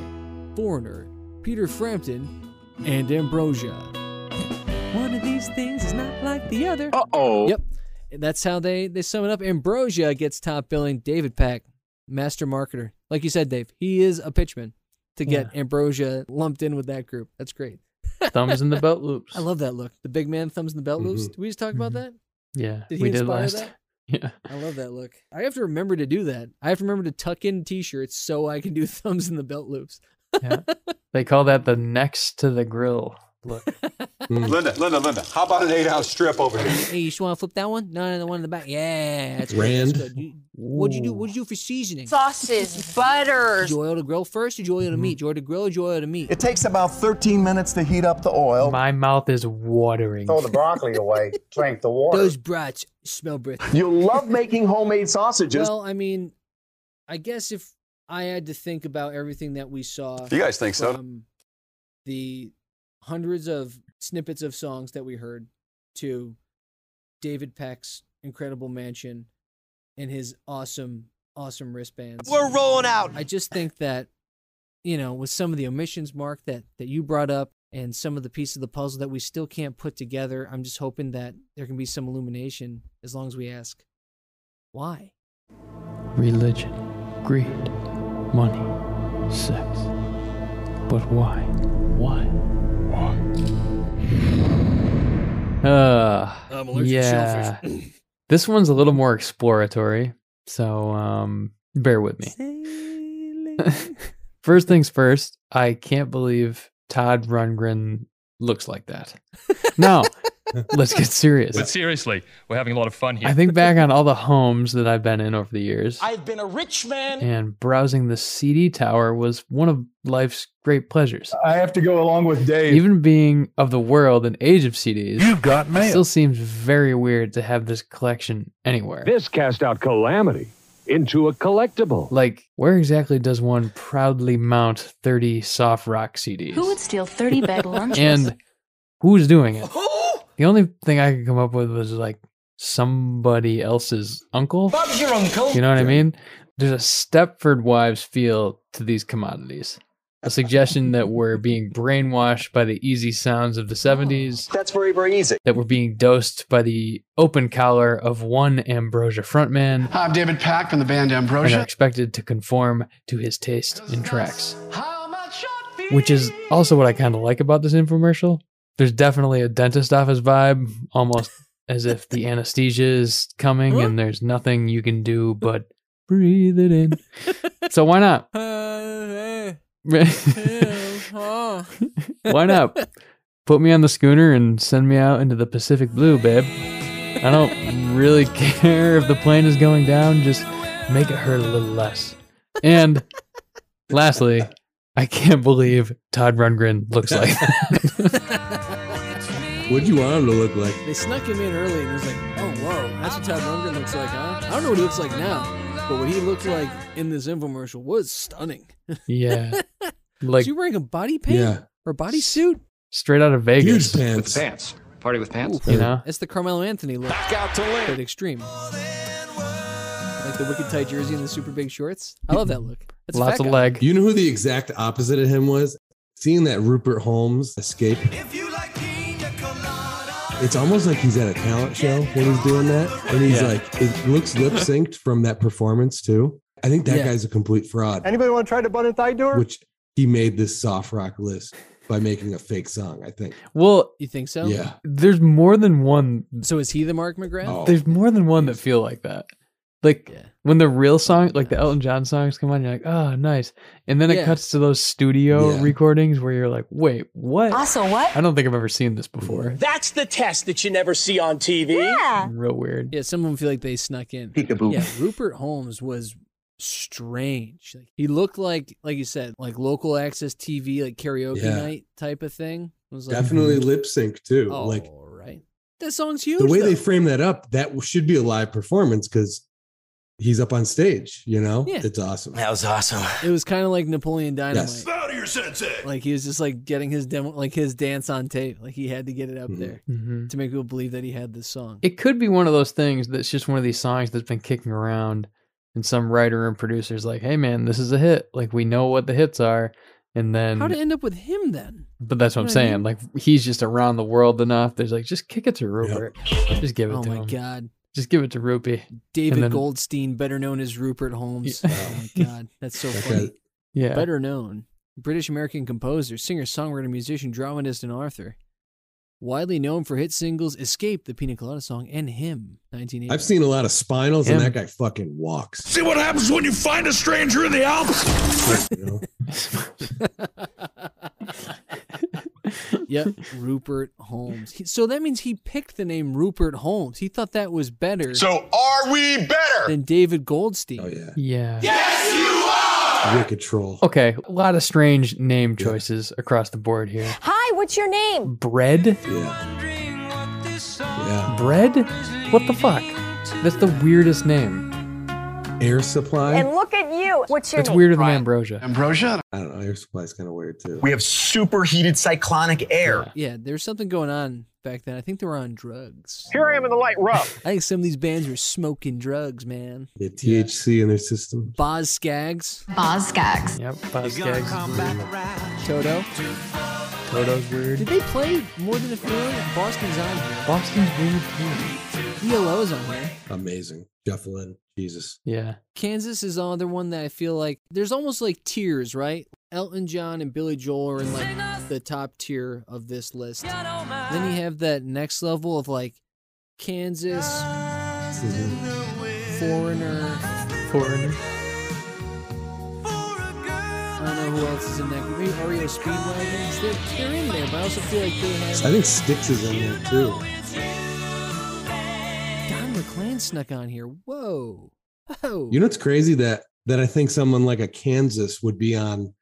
Speaker 9: Foreigner, Peter Frampton, and Ambrosia. One of these things is not like the other. Uh oh. Yep. That's how they, they sum it up. Ambrosia gets top billing. David Pack, master marketer. Like you said, Dave, he is a pitchman to get Ambrosia lumped in with that group. That's great.
Speaker 11: Thumbs in the belt loops.
Speaker 9: I love that look. Mm-hmm. The big man thumbs in the belt loops.
Speaker 11: Mhm.
Speaker 9: Did we just talk about that?
Speaker 11: Yeah,
Speaker 9: Did he
Speaker 11: we did
Speaker 9: inspire
Speaker 11: last.
Speaker 9: that?
Speaker 11: Yeah.
Speaker 9: I love that look. I have to remember to do that. I have to remember to tuck in t shirts so I can do thumbs in the belt loops.
Speaker 11: They call that the next to the grill look.
Speaker 20: Linda, Linda, Linda, how about an eight ounce strip over here?
Speaker 9: Hey, you just want to flip that one? No, no, the one in the back. Yeah, that's good,
Speaker 20: Rand.
Speaker 9: That's good. You- What'd you do? What'd you do for seasoning?
Speaker 8: Sauces, butters.
Speaker 9: Did you oil the grill first? Did you oil the meat? Did you oil the grill? Or did you oil the meat?
Speaker 16: It takes about 13 minutes to heat up the
Speaker 4: Oh.
Speaker 16: oil.
Speaker 11: My mouth is watering.
Speaker 16: Throw the broccoli away. Drink the water.
Speaker 9: Those brats smell brick.
Speaker 16: You love making homemade sausages.
Speaker 9: Well, I mean, I guess if I had to think about everything that we saw,
Speaker 16: You guys think so?
Speaker 9: from The hundreds of snippets of songs that we heard to David Peck's incredible mansion and his awesome awesome wristbands.
Speaker 24: We're rolling out.
Speaker 9: I just think that, you know, with some of the omissions, Mark, that that you brought up, and some of the piece of the puzzle that we still can't put together, I'm just hoping that there can be some illumination as long as we ask, why?
Speaker 11: Religion, greed, money, sex. But why? Why? Why? Uh,
Speaker 9: I'm allergic to
Speaker 11: yeah. this one's a little more exploratory, so um, bear with me. first things first, I can't believe Todd Rundgren looks like that. now, let's get serious.
Speaker 25: But seriously, we're having a lot of fun here.
Speaker 11: I think back on all the homes that I've been in over the years,
Speaker 24: I've been a rich man.
Speaker 11: and browsing the CD tower was one of life's great pleasures.
Speaker 16: I have to go along with Dave.
Speaker 11: Even being of the world and age of CDs,
Speaker 16: You've got
Speaker 11: it
Speaker 16: mail.
Speaker 11: Still seems very weird to have this collection anywhere.
Speaker 5: This cast out Calamity into a collectible.
Speaker 11: Like, where exactly does one proudly mount 30 soft rock CDs?
Speaker 7: Who would steal 30 bag lunches?
Speaker 11: and who's doing it? The only thing I could come up with was like somebody else's uncle.
Speaker 24: Bob's your uncle.
Speaker 11: You know what I mean? There's a Stepford Wives feel to these commodities. A suggestion that we're being brainwashed by the easy sounds of the 70s.
Speaker 16: That's very, very easy.
Speaker 11: That we're being dosed by the open collar of one Ambrosia frontman.
Speaker 26: Hi, I'm David Pack from the band
Speaker 11: And are
Speaker 26: Ambrosia.
Speaker 11: expected to conform to his taste in tracks. Which is also what I kind of like about this infomercial. There's definitely a dentist office vibe, almost as if the anesthesia is coming and there's nothing you can do but breathe it in. So why not? Why not? Put me on the schooner and send me out into the Pacific Blue, babe. I don't really care if the plane is going down, just make it hurt a little less. And lastly, I can't believe Todd Rundgren looks like
Speaker 10: What do you want him to look like?
Speaker 9: They snuck him in early and it was like, oh, whoa, that's what Todd Rundgren looks like, huh? I don't know what he looks like now, but what he looked like in this infomercial was stunning.
Speaker 11: Yeah.
Speaker 9: Like,
Speaker 11: Like-
Speaker 9: Is he wearing a body paint
Speaker 11: Yeah.
Speaker 9: or body suit?
Speaker 11: straight out of
Speaker 10: Huge
Speaker 11: Vegas.
Speaker 10: pants.
Speaker 11: With
Speaker 5: pants. Party with pants.
Speaker 11: You know?
Speaker 9: That's the Carmelo Anthony look. But extreme. Like the wicked tight jersey and the super big shorts. I love that look. That's a fat guy.
Speaker 11: leg.
Speaker 10: You know who the exact opposite of him was? Seeing that Rupert Holmes escape. It's almost like he's at a talent show when he's doing that, and he's
Speaker 27: Yeah.
Speaker 10: like, it looks lip synced from that performance too. I think that
Speaker 27: Yeah.
Speaker 10: guy's a complete fraud.
Speaker 27: Anybody want to try the bun and thigh door?
Speaker 10: Which he made this soft rock list by making a fake song. I think.
Speaker 11: Well,
Speaker 9: You think so?
Speaker 10: Yeah. Oh,
Speaker 11: There's more than one.
Speaker 9: So is he the Mark McGrath?
Speaker 11: There's more than one that feel like that. Like when the real song, like the Elton John songs come on, you're like, oh, nice. And then it
Speaker 9: Yeah.
Speaker 11: cuts to those studio
Speaker 9: Yeah.
Speaker 11: recordings where you're like, wait, what?
Speaker 24: Also, what?
Speaker 11: I don't think I've ever seen this before.
Speaker 24: That's the test that you never see on TV. Yeah.
Speaker 11: Real weird.
Speaker 9: Yeah, some of them feel like they snuck in.
Speaker 11: Peekaboo.
Speaker 9: Yeah, Rupert Holmes was strange. Like, he looked like, like you said, like local access TV, like karaoke
Speaker 10: Yeah.
Speaker 9: night type of thing. It was like,
Speaker 10: Definitely lip sync too.
Speaker 9: Oh,
Speaker 10: like
Speaker 9: right. That song's huge.
Speaker 10: the way they
Speaker 9: though.
Speaker 10: frame that up, that should be a live performance because he's up on stage. You know,
Speaker 9: Yeah.
Speaker 10: it's awesome.
Speaker 9: That
Speaker 10: was awesome.
Speaker 9: It was kind of like Napoleon Dynamite.
Speaker 10: Yes.
Speaker 9: Like he was just like getting his demo, like his dance on tape. Like he had to get it up
Speaker 10: Mm-hmm.
Speaker 9: there
Speaker 11: Mhm.
Speaker 9: to make people believe that he had this song.
Speaker 11: It could be one of those things that's just one of these songs that's been kicking around, and some writer and producer's like, hey, man, this is a hit. Like we know what the hits are. And then
Speaker 9: How to end up with him then?
Speaker 11: But that's what
Speaker 9: You
Speaker 11: I'm
Speaker 9: know what I
Speaker 11: saying.
Speaker 9: mean?
Speaker 11: Like he's just around the world enough. There's like just kick it to Rupert. Just give it
Speaker 9: Oh
Speaker 11: to
Speaker 9: my
Speaker 11: him.
Speaker 9: God.
Speaker 11: Just give it to Rupee.
Speaker 9: David
Speaker 11: And then-
Speaker 9: Goldstein, better known as Rupert Holmes. Oh my God, that's so
Speaker 11: That
Speaker 9: funny.
Speaker 11: guy- Yeah.
Speaker 9: better known British American composer, singer, songwriter, musician, dramatist, and author. Widely known for hit singles "Escape," the Pina Colada song, and "Him." 1980.
Speaker 10: I've seen a lot of spinals, and
Speaker 9: Him.
Speaker 10: that guy fucking walks.
Speaker 9: See what happens when you find a stranger in the Alps.
Speaker 10: you know?
Speaker 9: yep, Rupert Holmes. He- so that means he picked the name Rupert Holmes. He thought that was better.
Speaker 24: So are we better?
Speaker 9: than David Goldstein? Oh
Speaker 10: yeah.
Speaker 11: Yeah.
Speaker 10: Wicked troll.
Speaker 11: Okay. A lot of strange name choices across the board here.
Speaker 28: Hi, what's your name?
Speaker 11: Bread?
Speaker 10: Yeah.
Speaker 11: Bread? What the fuck? That's the weirdest name.
Speaker 10: Air Supply.
Speaker 1: And look at you. What's your
Speaker 11: That's
Speaker 1: name?
Speaker 11: weirder than ambrosia.
Speaker 10: Ambrosia. I don't know. Air Supply's kind of weird too.
Speaker 4: We have superheated cyclonic air.
Speaker 9: Yeah, there's something going on back then. I think they were on drugs.
Speaker 4: Here I am in the light rough.
Speaker 9: I think some of these bands were smoking drugs, man.
Speaker 10: They have THC in their system.
Speaker 9: Boz Scaggs.
Speaker 2: Boz Scaggs.
Speaker 11: Yep, Boz Scaggs.
Speaker 9: Toto.
Speaker 11: Toto's
Speaker 9: Did
Speaker 11: weird.
Speaker 9: they play More Than a Feeling? Boston's on here. E
Speaker 11: Boston's weird too.
Speaker 9: ELO's on here.
Speaker 10: Amazing. Jeff Lynne. Jesus.
Speaker 11: Yeah.
Speaker 9: Kansas is another one that I feel like there's almost like tiers, right? Elton John and Billy Joel are in like the top tier of this list. Then you have that next level of like Kansas, Foreigner.
Speaker 11: Foreigner.
Speaker 9: I don't know who else is in that group. Maybe REO Speedwagon. They're, they're in there, but I also feel like they have.
Speaker 10: I think Styx is in there too.
Speaker 9: Don McLean snuck on here. Whoa. Whoa.
Speaker 10: You know, it's crazy that that I think someone like a Kansas would be on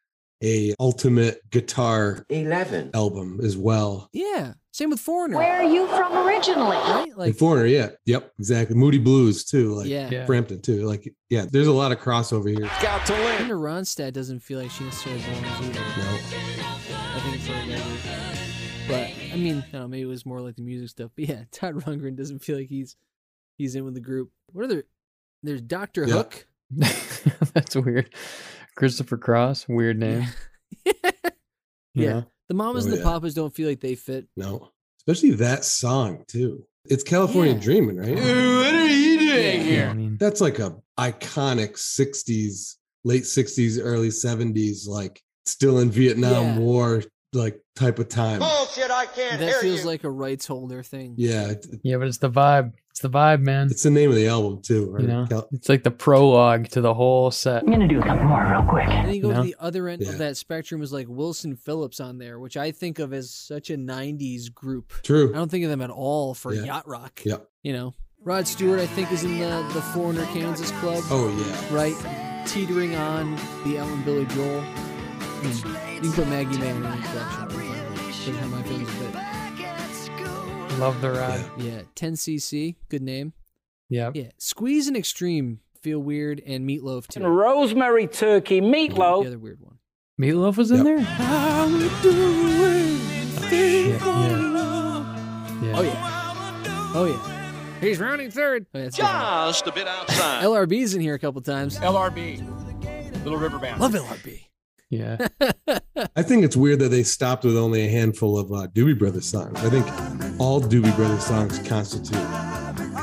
Speaker 10: a ultimate guitar
Speaker 9: 11.
Speaker 10: album as well.
Speaker 9: Yeah. Same with Foreigner.
Speaker 1: Where are you from originally?
Speaker 9: Right? Like,
Speaker 10: and Foreigner, yeah, yep, exactly. Moody Blues too, like
Speaker 9: Yeah. Yeah.
Speaker 10: Brampton too, like yeah. There's a lot of crossover here.
Speaker 9: Got to win. Linda Ronstadt doesn't feel like she necessarily belongs either.
Speaker 10: No.
Speaker 9: I think it's like every- But I mean, I don't know, maybe it was more like the music stuff. But yeah, Todd Rundgren doesn't feel like he's he's in with the group. What other? There's Doctor
Speaker 11: Yeah.
Speaker 9: Hook.
Speaker 11: That's weird. Christopher Cross, weird name. You
Speaker 9: Yeah.
Speaker 11: know?
Speaker 9: The Mamas
Speaker 10: Oh,
Speaker 9: and the
Speaker 10: yeah.
Speaker 9: Papas don't feel like they fit.
Speaker 10: No, especially that song too. It's California
Speaker 9: Yeah.
Speaker 10: Dreaming, right?
Speaker 9: what are you
Speaker 10: Yeah, That's like a iconic '60s, late '60s, early '70s, like still in Vietnam
Speaker 9: Yeah. Oh.
Speaker 10: War, like type of time.
Speaker 9: Bullshit! I can't That feels like a rights holder thing.
Speaker 10: Yeah, it-
Speaker 11: Yeah, but it's the vibe. It's the vibe, man.
Speaker 10: it's the name of the album too. or
Speaker 11: You know?
Speaker 10: Cal-
Speaker 11: It's like the prologue to the whole set. I'm gonna do a couple more real quick.
Speaker 9: And then you go
Speaker 11: know?
Speaker 9: to the other end
Speaker 10: Yeah.
Speaker 9: of that spectrum is like Wilson Phillips on there, which I think of as such a '90s group.
Speaker 10: True.
Speaker 9: I don't think of them at all for
Speaker 10: Yeah.
Speaker 9: yacht rock.
Speaker 10: Yep.
Speaker 9: You know, Rod Stewart, I think, is in the the Foreigner Kansas Club.
Speaker 10: Oh yeah.
Speaker 9: right? Teetering on the Ellen Billy Joel. You can put Maggie May in any collection. Depends how my feelings fit.
Speaker 11: Love the ride.
Speaker 9: Yeah, 10cc, good name.
Speaker 11: Yeah.
Speaker 9: Yeah, Squeeze and Extreme feel weird, and Meatloaf too.
Speaker 15: Rosemary turkey meatloaf.
Speaker 9: The other weird one.
Speaker 11: Meatloaf was in there? Shit, yeah.
Speaker 9: Oh yeah. Oh yeah. He's rounding third. Oh, yeah, that's different.
Speaker 15: Just a bit outside.
Speaker 9: LRB's in here a couple times.
Speaker 15: LRB. Little River Band.
Speaker 9: Love LRB.
Speaker 11: Yeah.
Speaker 10: I think it's weird that they stopped with only a handful of uh, Doobie Brothers songs. I think all Doobie Brothers songs constitute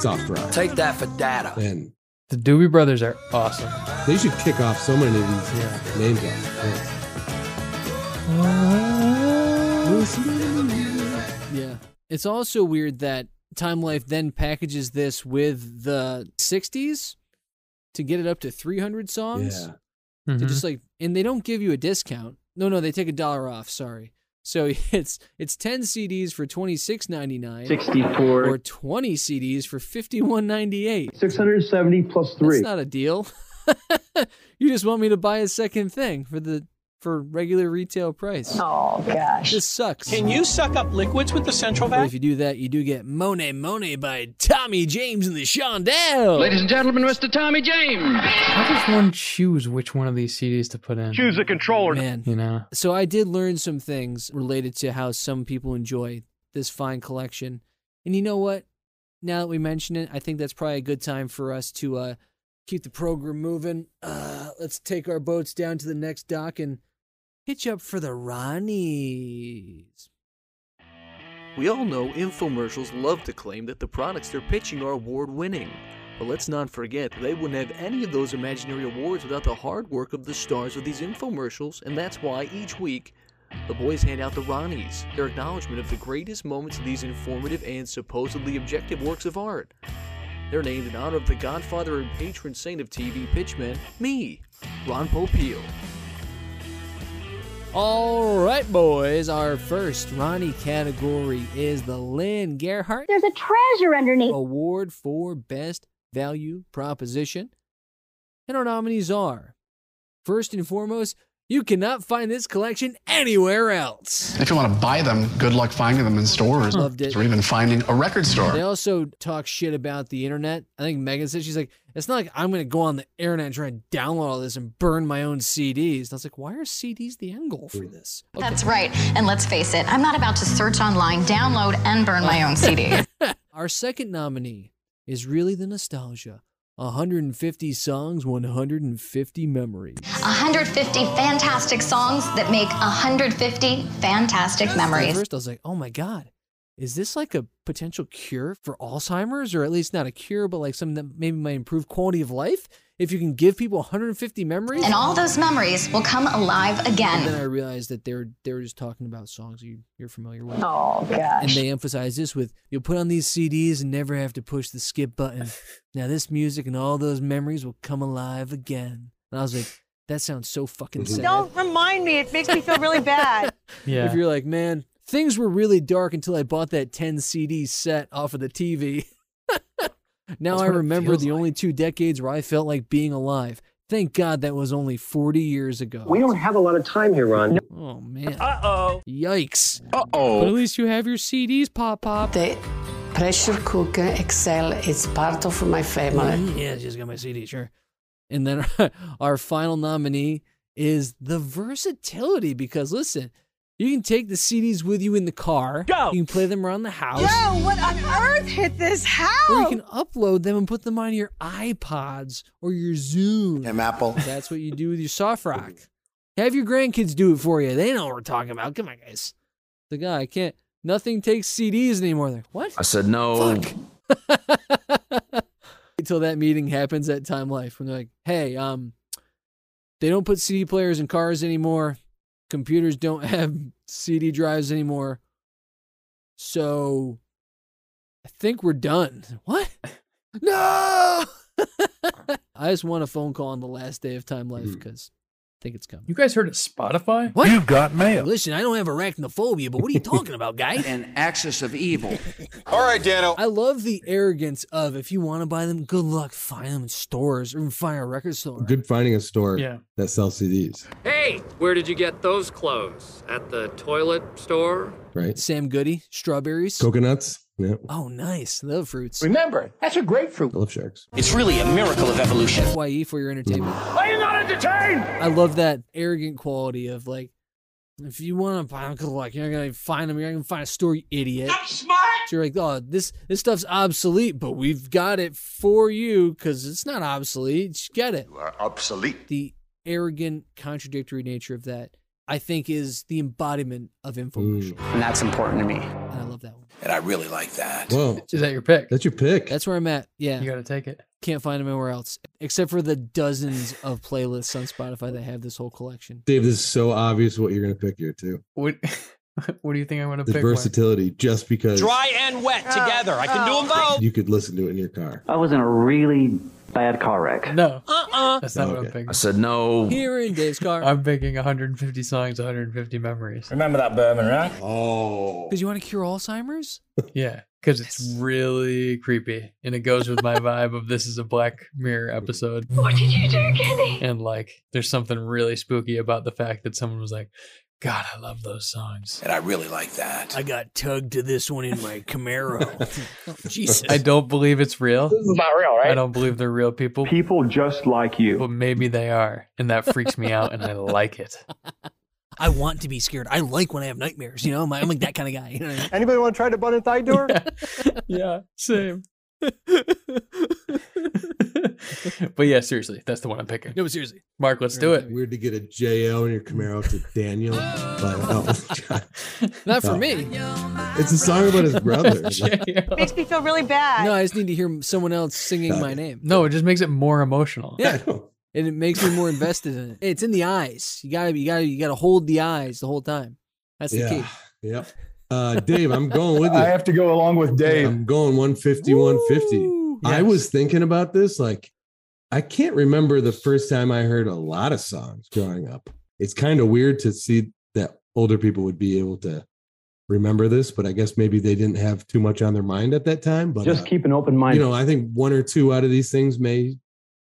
Speaker 10: soft rock.
Speaker 18: Take that for data.
Speaker 10: And
Speaker 11: The Doobie Brothers are awesome.
Speaker 10: they should kick off so many of these names off. Yeah.
Speaker 9: Yeah. It's also weird that Time Life then packages this with the 60s to get it up to 300 songs.
Speaker 11: Yeah.
Speaker 9: To just like, and they don't give you a discount. No, no, they take a dollar off. Sorry. So it's it's 10 CDs for 26.99
Speaker 26: 64.
Speaker 9: or 20 CDs for 51.98.
Speaker 26: 670 plus 3.
Speaker 9: That's not a deal. you just want me to buy a second thing for the for regular retail price.
Speaker 1: Oh, gosh.
Speaker 9: This sucks.
Speaker 1: Can you
Speaker 9: suck up liquids with the central vac? But if you do that, you do get Monet Monet by Tommy James and the Shondells.
Speaker 27: Ladies and gentlemen, Mr. Tommy James.
Speaker 11: How does one choose which one of these CDs to put in?
Speaker 27: Choose
Speaker 11: a controller.
Speaker 9: Man.
Speaker 11: You know?
Speaker 9: So I did learn some things related to how some people enjoy this fine collection. And you know what? Now that we mention it, I think that's probably a good time for us to uh, keep the program moving. Uh, let's take our boats down to the next dock and hitch up for the Ronnies.
Speaker 29: We all know infomercials love to claim that the products they're pitching are award winning. But let's not forget, that they wouldn't have any of those imaginary awards without the hard work of the stars of these infomercials, and that's why each week the boys hand out the Ronnies, their acknowledgement of the greatest moments of these informative and supposedly objective works of art. They're named in honor of the godfather and patron saint of TV pitchmen, me, Ron Popeil.
Speaker 9: All right, boys. Our first Ronnie category is the Lynn Gerhart. There's a treasure underneath. Award for Best Value Proposition. And our nominees are first and foremost, You cannot find this collection anywhere else.
Speaker 6: If you want to buy them, good luck finding them in stores
Speaker 9: Loved it.
Speaker 6: or even finding a record
Speaker 9: They
Speaker 6: store.
Speaker 9: also talk shit about the internet. I think Megan said she's like, it's not like I'm gonna go on the internet and try to download all this and burn my own CDs. And I was like, why are CDs the end goal for this? Okay.
Speaker 2: That's right. And let's face it, I'm not about to search online, download, and burn my own CD.
Speaker 9: Our second nominee is really the nostalgia. 150 songs, 150 memories.
Speaker 2: 150 fantastic songs that make 150 fantastic
Speaker 9: At
Speaker 2: memories.
Speaker 9: first, I was like, oh my God, is this like a potential cure for Alzheimer's? Or at least not a cure, but like something that maybe might improve quality of life? If you can give people 150 memories?
Speaker 2: And all those memories will come alive
Speaker 9: And then I
Speaker 2: again.
Speaker 9: realized that they're they're just talking about songs you, you're familiar with.
Speaker 1: Oh, gosh.
Speaker 9: And they emphasize this with you'll put on these CDs and never have to push the skip button. now this music and all those memories will come alive again. And I was like, that sounds so fucking
Speaker 11: Mm-hmm.
Speaker 9: sad.
Speaker 3: Don't remind me. It makes me feel really bad.
Speaker 11: Yeah.
Speaker 9: If you're like, man, things were really dark until I bought that 10 CD set off of the TV. now
Speaker 11: That's
Speaker 9: I
Speaker 11: what it
Speaker 9: remember
Speaker 11: feels
Speaker 9: the only two decades where I felt like being alive. Thank God that was only 40 years ago.
Speaker 17: We don't have a lot of time here, Ron.
Speaker 9: Oh man. Uh oh. Yikes.
Speaker 17: Uh oh.
Speaker 9: But at least you have your CDs, Pop Pop.
Speaker 19: The pressure cooker Excel is part of my family.
Speaker 9: Yeah, she's got my CD, sure. And then our final nominee is the versatility because listen, you can take the CDs with you in the car. Go. You can play them around the house.
Speaker 3: Yo, what on earth hit this house?
Speaker 9: Or you can upload them and put them on your iPods or your Zoom.
Speaker 18: Damn Apple.
Speaker 9: That's what you do with your soft rock. Have your grandkids do it for you. They know what we're talking about. Come on, guys. The guy, I can't. Nothing takes CDs anymore. They're like, what?
Speaker 18: I said no.
Speaker 9: until that meeting happens at Time Life when they're like, "Hey, um, they don't put CD players in cars anymore. Computers don't have CD drives anymore. So, I think we're done." What? no. I just want a phone call on the last day of Time Life because I think it's coming.
Speaker 11: You guys heard of Spotify?
Speaker 9: What?
Speaker 11: You got mail.
Speaker 9: Listen, I don't have arachnophobia, but what are you talking about, guys?
Speaker 18: An axis of evil.
Speaker 9: All right, Dano. I love the arrogance of if you want to buy them, good luck finding them in stores or find a record store.
Speaker 10: Good finding a store
Speaker 9: Yeah.
Speaker 10: that sells CDs,
Speaker 21: Hey, where did you get those clothes? At the toilet store?
Speaker 10: right?
Speaker 9: Sam Goody, strawberries,
Speaker 10: coconuts. Yeah,
Speaker 9: Oh, nice. Love fruits.
Speaker 10: Remember,
Speaker 9: that's a grapefruit.
Speaker 10: I love sharks.
Speaker 9: It's really a miracle of evolution. FYE for your entertainment.
Speaker 17: Are you not entertained?
Speaker 9: I love that arrogant quality of like, if you want to buy them, good luck. You're not gonna find them. You're not gonna find a store, you idiot. I'm smart. So you're like, oh, this this stuff's obsolete, but we've got it for you because it's not obsolete. Just get it. You are obsolete. The arrogant, contradictory nature of that, I think, is the embodiment of infomercial.
Speaker 19: And that's important to me.
Speaker 9: And I love that one.
Speaker 19: And I really like that.
Speaker 10: Whoa.
Speaker 9: Is that your pick? That's your pick. That's where I'm at. Yeah. You got to take it. Can't find them anywhere else except for the dozens of playlists on Spotify that have this whole collection.
Speaker 10: Dave, this is so obvious what you're going to pick here, too.
Speaker 11: What What do you think I'm gonna
Speaker 10: The
Speaker 11: pick? Mark?
Speaker 10: versatility, just because
Speaker 24: Dry and
Speaker 9: Oh,
Speaker 24: wet together. I can do them both.
Speaker 10: you could listen to it in your car.
Speaker 19: I was in a really bad car wreck.
Speaker 11: No.
Speaker 24: Uh-uh.
Speaker 11: That's not what I'm picking.
Speaker 18: I said no.
Speaker 9: Here in Dave's car.
Speaker 11: I'm picking 150 songs, 150 memories.
Speaker 17: Remember that bourbon, right?
Speaker 11: Oh.
Speaker 9: Because you want to cure Alzheimer's?
Speaker 11: Yeah, because it's really creepy, and it goes with my vibe of this is a Black Mirror episode.
Speaker 8: What did you do, Kenny?
Speaker 11: And like, there's something really spooky about the fact that someone was like, "God, I love those songs," and I really like that.
Speaker 9: I got tugged to this one in my Camaro. oh, Jesus.
Speaker 11: I don't believe it's real. This
Speaker 19: is not real,
Speaker 11: right? I don't believe they're real people. People just like you. But maybe they are, and that freaks me out, and I like it.
Speaker 9: I want to be scared. I like when I have nightmares. You know, I'm I'm like that kind of guy. You know what I mean?
Speaker 17: Anybody want to try to butter thigh door?
Speaker 11: yeah, same. But yeah, seriously, that's the one I'm picking.
Speaker 9: No, seriously.
Speaker 11: Mark, let's do it.
Speaker 10: Weird to get a JO in your Camaro to Daniel, but no.
Speaker 9: Not for
Speaker 10: No.
Speaker 9: me.
Speaker 10: It's a song about his brother.
Speaker 9: Makes me feel really bad. No, I just need to hear someone else singing my name.
Speaker 11: No, it just makes it more emotional.
Speaker 9: Yeah. And it makes me more invested in it. It's in the eyes. You gotta, you gotta, you gotta hold the eyes the whole time. That's the
Speaker 10: Yeah.
Speaker 9: key.
Speaker 10: Yep. Uh, Dave, I'm going with you.
Speaker 16: I have to go along with Dave.
Speaker 10: I'm going 150, 150. I was thinking about this. Like, I can't remember the first time I heard a lot of songs growing up. It's kind of weird to see that older people would be able to remember this, but I guess maybe they didn't have too much on their mind at that time. But
Speaker 19: Just
Speaker 10: uh,
Speaker 19: keep an open mind.
Speaker 10: you know, I think one or two out of these things may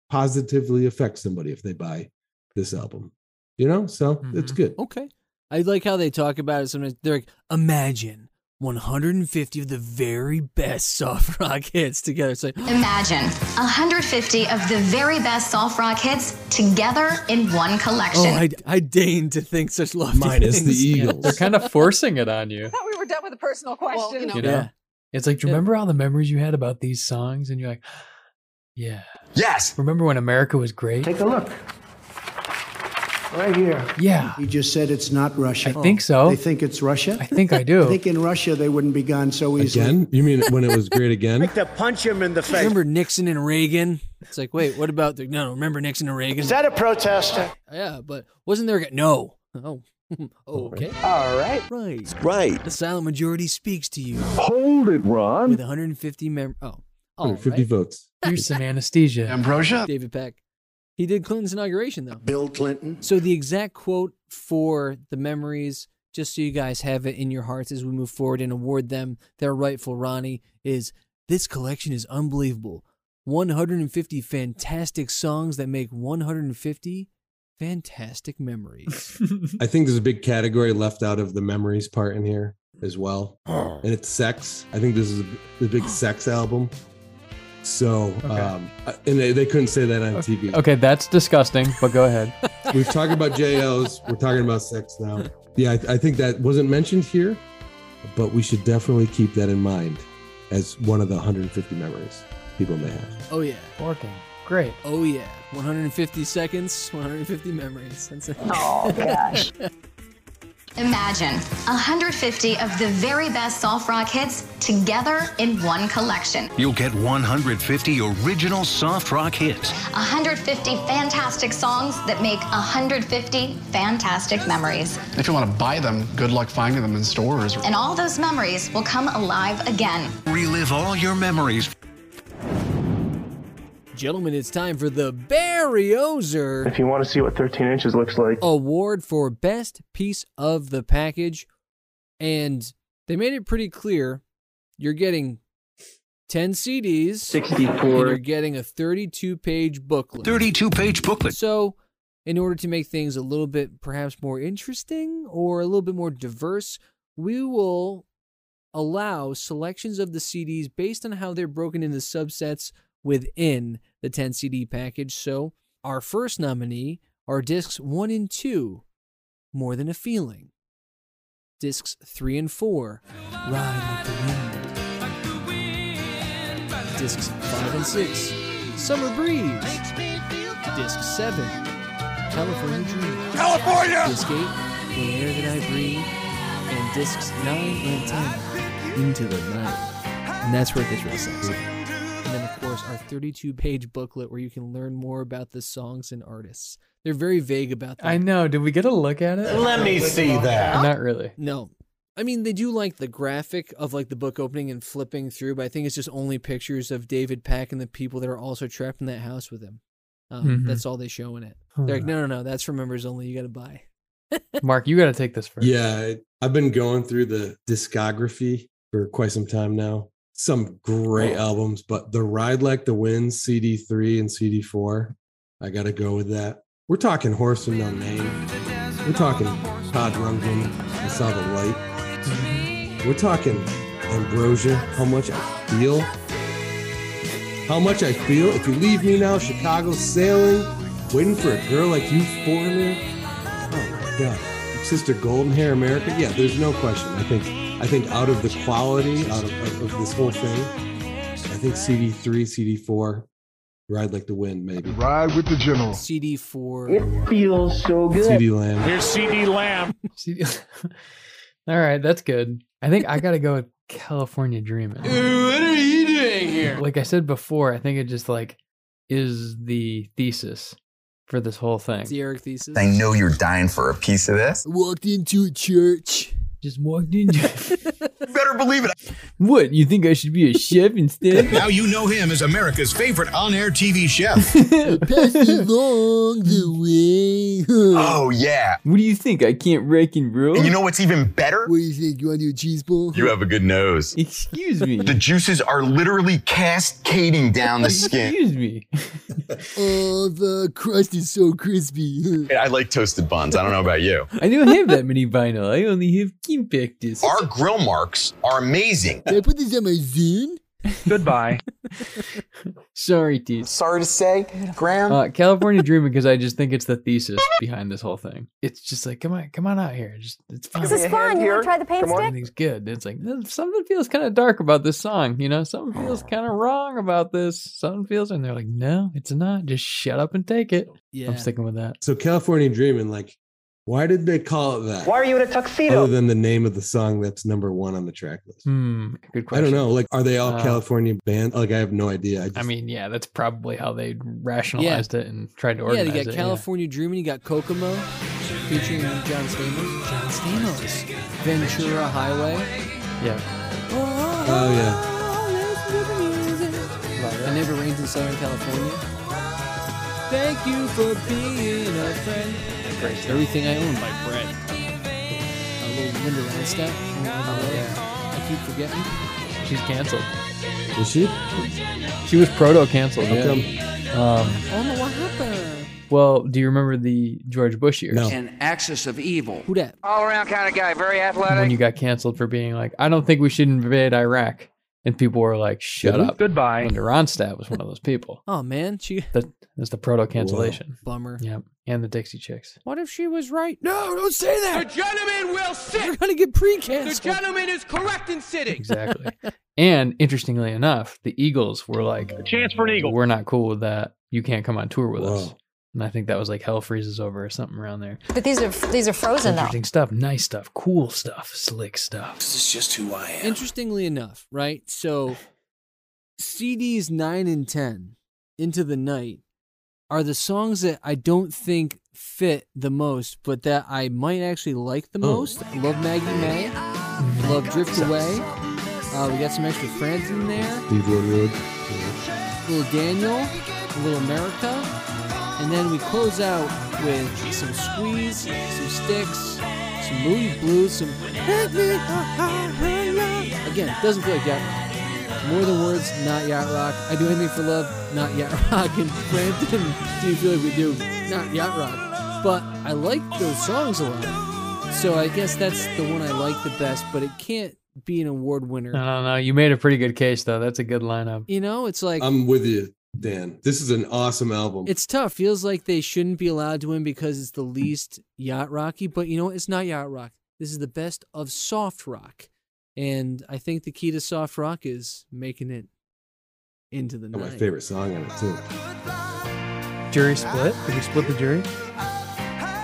Speaker 10: positively affect somebody if they buy this album. You know, so it's
Speaker 19: Mm-hmm.
Speaker 10: good.
Speaker 9: Okay. I like how they talk about it sometimes. They're like, imagine 150 of the very best soft rock hits together. It's like,
Speaker 2: Imagine 150 of the very best soft rock hits together in one collection.
Speaker 9: oh, I, I deign to think such lofty
Speaker 11: Minus the
Speaker 9: things.
Speaker 11: Eagles. They're kind of forcing it on you.
Speaker 1: thought we were done with the personal question.
Speaker 11: You know,
Speaker 9: Yeah.
Speaker 11: it's like, do you remember all the memories you had about these songs? And you're like, yeah.
Speaker 4: Yes.
Speaker 11: Remember when America was great? Take a look.
Speaker 5: Right here.
Speaker 11: Yeah.
Speaker 5: You just said it's not Russia.
Speaker 11: I think so.
Speaker 5: They think it's Russia? I
Speaker 11: think I do.
Speaker 5: I think in Russia they wouldn't be gone so easily.
Speaker 10: Again? You mean when it was great again?
Speaker 5: to punch him in the
Speaker 9: Remember Nixon and Reagan? It's like, wait, what about the. No, no, remember Nixon and Reagan?
Speaker 5: Is that a protester?
Speaker 9: Yeah, but wasn't there a. No. Oh. oh, okay. All right. Right.
Speaker 29: Right.
Speaker 9: The silent majority speaks to you.
Speaker 29: Hold it, Ron.
Speaker 9: With 150 mem. Oh. all right.
Speaker 10: 150 votes.
Speaker 11: Here's some anesthesia.
Speaker 6: Ambrosia?
Speaker 9: David Peck. He did Clinton's inauguration, though.
Speaker 5: Bill Clinton.
Speaker 9: So the exact quote for the memories, just so you guys have it in your hearts as we move forward and award them their rightful Ronnie, is this collection is unbelievable. 150 fantastic songs that make 150 fantastic memories.
Speaker 10: I think there's a big category left out of the memories part in here as well, and it's sex. I think this is the big sex album. So, um, and they, they couldn't say that on TV.
Speaker 11: Okay, that's disgusting, but go ahead.
Speaker 10: We've talked about JLs. We're talking about sex now. Yeah, I, I think that wasn't mentioned here, but we should definitely keep that in mind as one of the 150 memories people may have.
Speaker 9: oh, yeah.
Speaker 11: Working. Great.
Speaker 9: Oh, yeah. 150 seconds, 150 memories. That's it.
Speaker 1: Oh, gosh.
Speaker 2: Imagine 150 of the very best soft rock hits together in one collection.
Speaker 7: You'll get 150 original soft rock hits.
Speaker 2: 150 fantastic songs that make 150 fantastic memories.
Speaker 6: If you want to buy them, good luck finding them in stores.
Speaker 2: And all those memories will come alive again.
Speaker 7: Relive all your memories.
Speaker 9: Gentlemen, it's time for the Barriozer.
Speaker 20: If you want to see what 13 inches looks like,
Speaker 9: award for best piece of the package and they made it pretty clear you're getting 10 CDs
Speaker 20: 64.
Speaker 9: and you're getting a 32 page booklet
Speaker 7: 32 page booklet.
Speaker 9: so in order to make things a little bit perhaps more interesting or a little bit more diverse we will allow selections of the CDs based on how they're broken into subsets within the 10 CD package. So, our first nominee are discs 1 and 2, More Than a Feeling. Discs 3 and 4, Ride Like the Wind. Discs 5 and 6, Summer Breeze. Disc 7, California Dream.
Speaker 20: California!
Speaker 9: Disc 8, The Air That I Breathe. And discs 9 and 10, Into the Night. And that's where it gets real sexy. And then, of course, our 32 page booklet where you can learn more about the songs and artists. They're very vague about that.
Speaker 11: I know. Did we get a look at it?
Speaker 9: Let me see that.
Speaker 11: Not really.
Speaker 9: No. I mean, they do like the graphic of like the book opening and flipping through, but I think it's just only pictures of David Pack and the people that are also trapped in that house with him. Um,
Speaker 11: Mhm.
Speaker 9: That's all they show in it. They're like, no, no, no, that's for members only. You got to buy.
Speaker 11: Mark, you got to take this first.
Speaker 10: Yeah, I- I've been going through the discography for quite some time now. Some great albums, but the Ride Like the Wind CD3 and CD4, I got to go with that. We're talking Horse with No Name. We're talking Todd Rundgren. I saw the light. We're talking Ambrosia. How much I feel. How much I feel. If you leave me now, Chicago's sailing. Waiting for a girl like you, foreigner. Oh my God, Sister Golden Hair America. Yeah, there's no question. I think I think out of the quality, out of, of, of this whole thing, I think CD3, CD4, Ride Like the Wind, maybe. Ride with the General.
Speaker 9: CD4.
Speaker 20: feels so good.
Speaker 10: CD Lamb.
Speaker 15: Here's CD Lamb.
Speaker 11: All right, that's good. I think I got to go with California Dreaming.
Speaker 15: what are you doing here?
Speaker 11: Like I said before, I think it just like is the thesis for this whole thing.
Speaker 9: The Eric thesis.
Speaker 4: I know you're dying for a piece of this.
Speaker 9: Walked into a church.
Speaker 11: Just walked into.
Speaker 4: Better believe it.
Speaker 11: what you think I should be a chef instead?
Speaker 25: Now you know him as America's favorite on-air TV chef.
Speaker 9: Passed along the way.
Speaker 4: Oh, yeah.
Speaker 11: What do you think? I can't wreck and roll.
Speaker 4: And you know what's even better?
Speaker 9: What do you think? You want to do a cheese ball?
Speaker 4: You have a good nose.
Speaker 11: Excuse me.
Speaker 4: The juices are literally cascading down the skin.
Speaker 11: Excuse me.
Speaker 28: oh, the crust is so crispy.
Speaker 4: I like toasted buns. I don't know about you.
Speaker 11: I don't have that many vinyl. I only have compactus.
Speaker 4: Our grill marks are amazing.
Speaker 28: Did I put this on my zine?
Speaker 11: Goodbye. Sorry, dude.
Speaker 3: Sorry to say,
Speaker 15: Um,
Speaker 3: Graham.
Speaker 11: Uh, California Dreaming, because I just think it's the thesis behind this whole thing. It's just like, come on, come on out here. Just it's fun.
Speaker 22: This is fun. You want to try the paint stick?
Speaker 11: Everything's good. It's like "Eh, something feels kind of dark about this song. You know, something feels
Speaker 10: Oh.
Speaker 11: kind of wrong about this. Something feels, and they're like, no, it's not. Just shut up and take it.
Speaker 10: Yeah.
Speaker 11: I'm sticking with that.
Speaker 10: So California Dreaming, like, why did they call it that?
Speaker 22: Why are you in a tuxedo?
Speaker 10: Other than the name of the song that's number one on the track list.
Speaker 11: Hmm. Good
Speaker 10: I
Speaker 11: question.
Speaker 10: don't know. Like, are they all
Speaker 11: Uh,
Speaker 10: California bands? Like, I have no idea. I, just,
Speaker 11: I mean, yeah, that's probably how they rationalized it and tried to
Speaker 9: yeah,
Speaker 11: organize
Speaker 9: you
Speaker 11: it.
Speaker 9: got
Speaker 11: yeah.
Speaker 9: California Dreaming, you got Kokomo featuring John Stamos. John Stamos. Ventura Highway.
Speaker 11: Yeah.
Speaker 10: oh yeah.
Speaker 9: It never rains in Southern California. Thank you for being a friend.
Speaker 11: Great.
Speaker 9: Everything I own by Brett. A little Linda Ronstadt. Oh, yeah. I keep forgetting.
Speaker 11: She's canceled.
Speaker 10: Is she?
Speaker 11: She was proto canceled.
Speaker 10: How
Speaker 11: Yeah. Um,
Speaker 9: Oh, no, what happened?
Speaker 11: well, do you remember the George Bush years?
Speaker 29: An axis of evil.
Speaker 9: Who that?
Speaker 3: All around kind of guy, very
Speaker 11: When
Speaker 3: athletic.
Speaker 11: you got canceled for being like, I don't think we should invade Iraq. And people were like, shut
Speaker 9: Really?
Speaker 11: up. Goodbye. Linda Ronstadt was one of those people.
Speaker 9: Oh, man. She.
Speaker 11: That, that's the proto cancellation.
Speaker 9: Bummer.
Speaker 11: Yep. And the Dixie Chicks.
Speaker 9: What if she was right? No, don't say that.
Speaker 15: The gentleman will sit.
Speaker 9: We're going to get pre canceled.
Speaker 15: The gentleman is correct in sitting.
Speaker 11: Exactly. And interestingly enough, the Eagles were like, a
Speaker 15: chance for an eagle.
Speaker 11: We're not cool with that. You can't come on tour with us. And I think that was like Hell Freezes Over or something around there.
Speaker 22: But these are these are frozen though.
Speaker 11: Interesting stuff, nice stuff, cool stuff, slick stuff.
Speaker 3: This is just who I am.
Speaker 9: Interestingly enough, right? So CDs 9 and 10 into the night are the songs that I don't think fit the most, but that I might actually like the
Speaker 11: Oh.
Speaker 9: most. Love Maggie May. Love Drift Away. Uh, we got some extra friends in there.
Speaker 10: Steve Winwood.
Speaker 9: Little Daniel. Little America. And then we close out with some squeeze, some sticks, some moody blues, some Again, it doesn't feel like yacht rock. More than words, not yacht rock. I do anything for love, not yacht rock. And Brampton, do you feel like we do? Not yacht rock. But I like those songs a lot. So I guess that's the one I like the best, but it can't be an award winner.
Speaker 11: I don't know. You made a pretty good case though. That's a good lineup.
Speaker 9: You know, it's like
Speaker 10: I'm with you, Dan. This is an awesome album.
Speaker 9: it's tough. Feels like they shouldn't be allowed to win because it's the least yacht rocky, but you know what? It's not yacht rock. This is the best of soft rock. And I think the key to soft rock is making it into the
Speaker 10: Got
Speaker 9: night.
Speaker 10: my favorite song on it too.
Speaker 11: Jury split? Did you split the jury?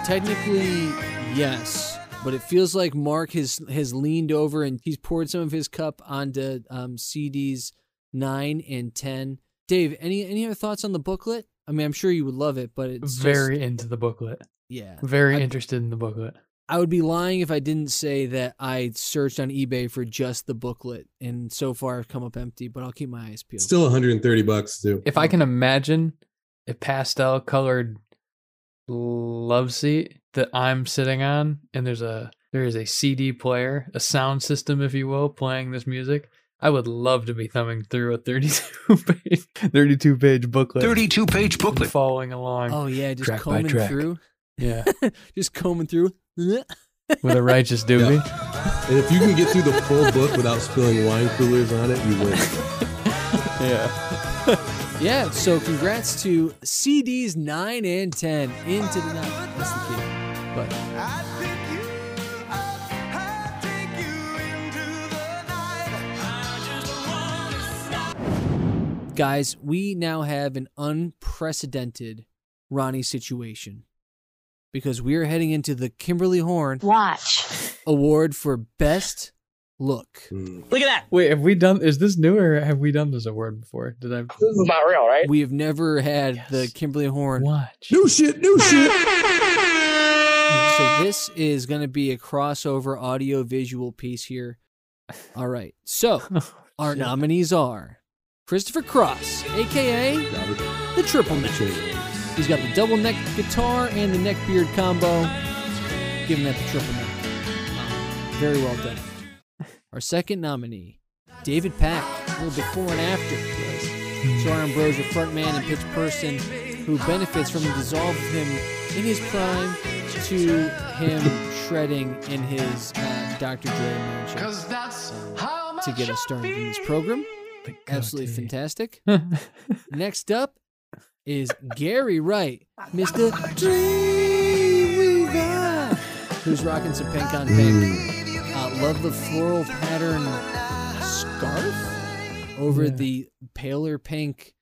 Speaker 9: Technically, yes, but it feels like Mark has has leaned over and he's poured some of his cup onto um, CDs nine and ten. Dave, any any other thoughts on the booklet? I mean, I'm sure you would love it, but it's just-
Speaker 11: Very into the booklet.
Speaker 9: yeah.
Speaker 11: Very
Speaker 9: I-
Speaker 11: interested in the booklet.
Speaker 9: I would be lying if I didn't say that I searched on eBay for just the booklet, and so far I've come up empty. But I'll keep my eyes peeled.
Speaker 10: Still 130 bucks too.
Speaker 11: If I can imagine a pastel colored love seat that I'm sitting on and there's a there is a CD player, a sound system if you will, playing this music, I would love to be thumbing through a 32 page 32 page booklet.
Speaker 7: 32 page
Speaker 11: and
Speaker 7: booklet.
Speaker 11: following along.
Speaker 9: Oh yeah, just
Speaker 11: track by
Speaker 9: combing
Speaker 11: track.
Speaker 9: through.
Speaker 11: Yeah.
Speaker 9: just combing through.
Speaker 11: With a righteous doobie.
Speaker 10: And if you can get through the full book without spilling wine coolers on it, you win.
Speaker 11: yeah.
Speaker 9: yeah. So congrats to CDs nine and ten into the night. That's the key. But guys, we now have an unprecedented Ronnie situation because we are heading into the Kimberly Horn
Speaker 22: Watch
Speaker 9: Award for Best Look.
Speaker 11: Look at that. Wait, have we done is this new or have we done this award before? Did I
Speaker 9: This is not real, right? We have never had the Kimberly Horn.
Speaker 11: Watch.
Speaker 10: New shit, new shit.
Speaker 9: So this is going to be a crossover audio visual piece here. All right. So our nominees are Christopher Cross, aka the Triple Neck. He's got the double neck guitar and the neck beard combo. Giving that the triple neck. Um, Very well done. Our second nominee, David Pack. A little before and after. Sir Ambrosia, frontman and pitch person, who benefits from the dissolve of him in his prime to him shredding in his uh, Dr. Dre mansion. Because that's how to get us started in this program. Absolutely fantastic. Next up is Gary Wright, Mr. Dreamweaver, who's rocking some pink on pink.
Speaker 10: Mm.
Speaker 9: Uh, love the floral pattern scarf over
Speaker 11: Yeah.
Speaker 9: the paler pink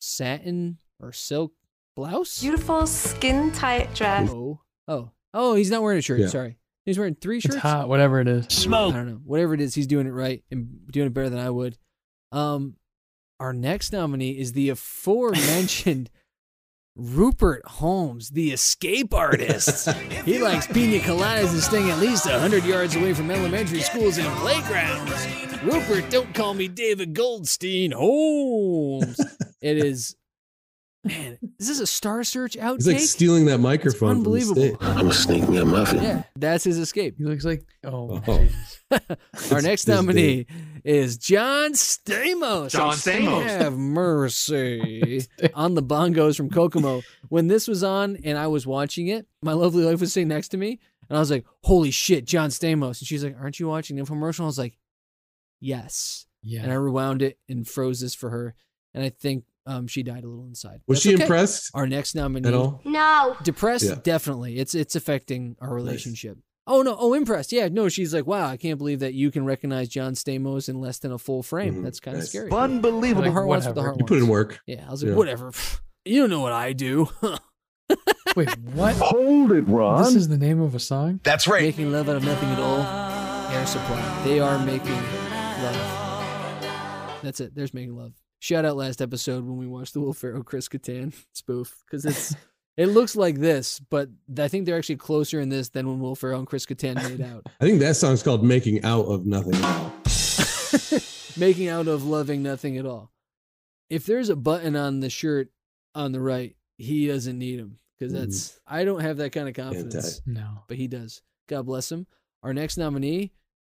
Speaker 9: satin or silk blouse.
Speaker 24: Beautiful skin tight dress.
Speaker 9: Oh, oh, oh! He's not wearing a shirt.
Speaker 11: Yeah.
Speaker 9: Sorry, he's wearing three
Speaker 11: It's
Speaker 9: shirts.
Speaker 11: hot, whatever it is.
Speaker 10: Oh.
Speaker 9: Smoke. I don't know. Whatever it is, he's doing it right and doing it better than I would. Um, our next nominee is the aforementioned Rupert Holmes, the escape artist. he likes pina coladas and staying at least hundred yards away from elementary schools and playgrounds. Rupert, don't call me David Goldstein Holmes. it is. Man, is this a Star Search outtake?
Speaker 10: He's like stealing that microphone. from the
Speaker 9: unbelievable.
Speaker 10: state.
Speaker 9: I'm
Speaker 10: sneaking a muffin.
Speaker 9: Yeah, that's his escape. He looks like oh.
Speaker 10: Oh.
Speaker 9: Our next
Speaker 10: This
Speaker 9: nominee is John Stamos.
Speaker 10: John Stamos.
Speaker 9: Have mercy on the bongos from Kokomo. When this was on and I was watching it, my lovely wife was sitting next to me, and I was like, "Holy shit, John Stamos!" And she's like, "Aren't you watching the infomercial?" I was like, "Yes."
Speaker 11: Yeah.
Speaker 9: And I rewound it and froze this for her, and I think um, she died a little inside.
Speaker 10: Was
Speaker 9: That's
Speaker 10: she
Speaker 9: okay.
Speaker 10: impressed
Speaker 9: Our next nominee
Speaker 10: at all?
Speaker 24: No.
Speaker 9: Depressed,
Speaker 10: Yeah.
Speaker 9: definitely. It's it's affecting our relationship. Oh no! Oh, impressed. Yeah, no. She's like, wow, I can't believe that you can recognize John Stamos in less than a full frame. That's kind of
Speaker 10: Mm-hmm. Nice.
Speaker 9: scary.
Speaker 10: Unbelievable.
Speaker 9: The heart wants what the
Speaker 10: Whatever.
Speaker 9: heart
Speaker 10: You put in
Speaker 9: wants.
Speaker 10: work.
Speaker 9: Yeah, I was like,
Speaker 10: Yeah.
Speaker 9: whatever. Pff, You don't know what I do. Wait, what?
Speaker 16: Hold it, Ron.
Speaker 9: This is the name of a song.
Speaker 4: That's right.
Speaker 9: Making love out of nothing at all. Air Supply. They are making love. That's it. There's making love. Shout out last episode when we watched the Will Ferrell Chris Kattan spoof because it's it looks like this, but I think they're actually closer in this than when Will Ferrell and Chris Kattan made out,
Speaker 10: I think that song's called "Making Out of Nothing." At all.
Speaker 9: making out of loving nothing at all. If there's a button on the shirt on the right, he doesn't need him because
Speaker 11: Mhm.
Speaker 9: that's I don't have that kind of confidence.
Speaker 11: Anti. No.
Speaker 9: but he does. God bless him. Our next nominee,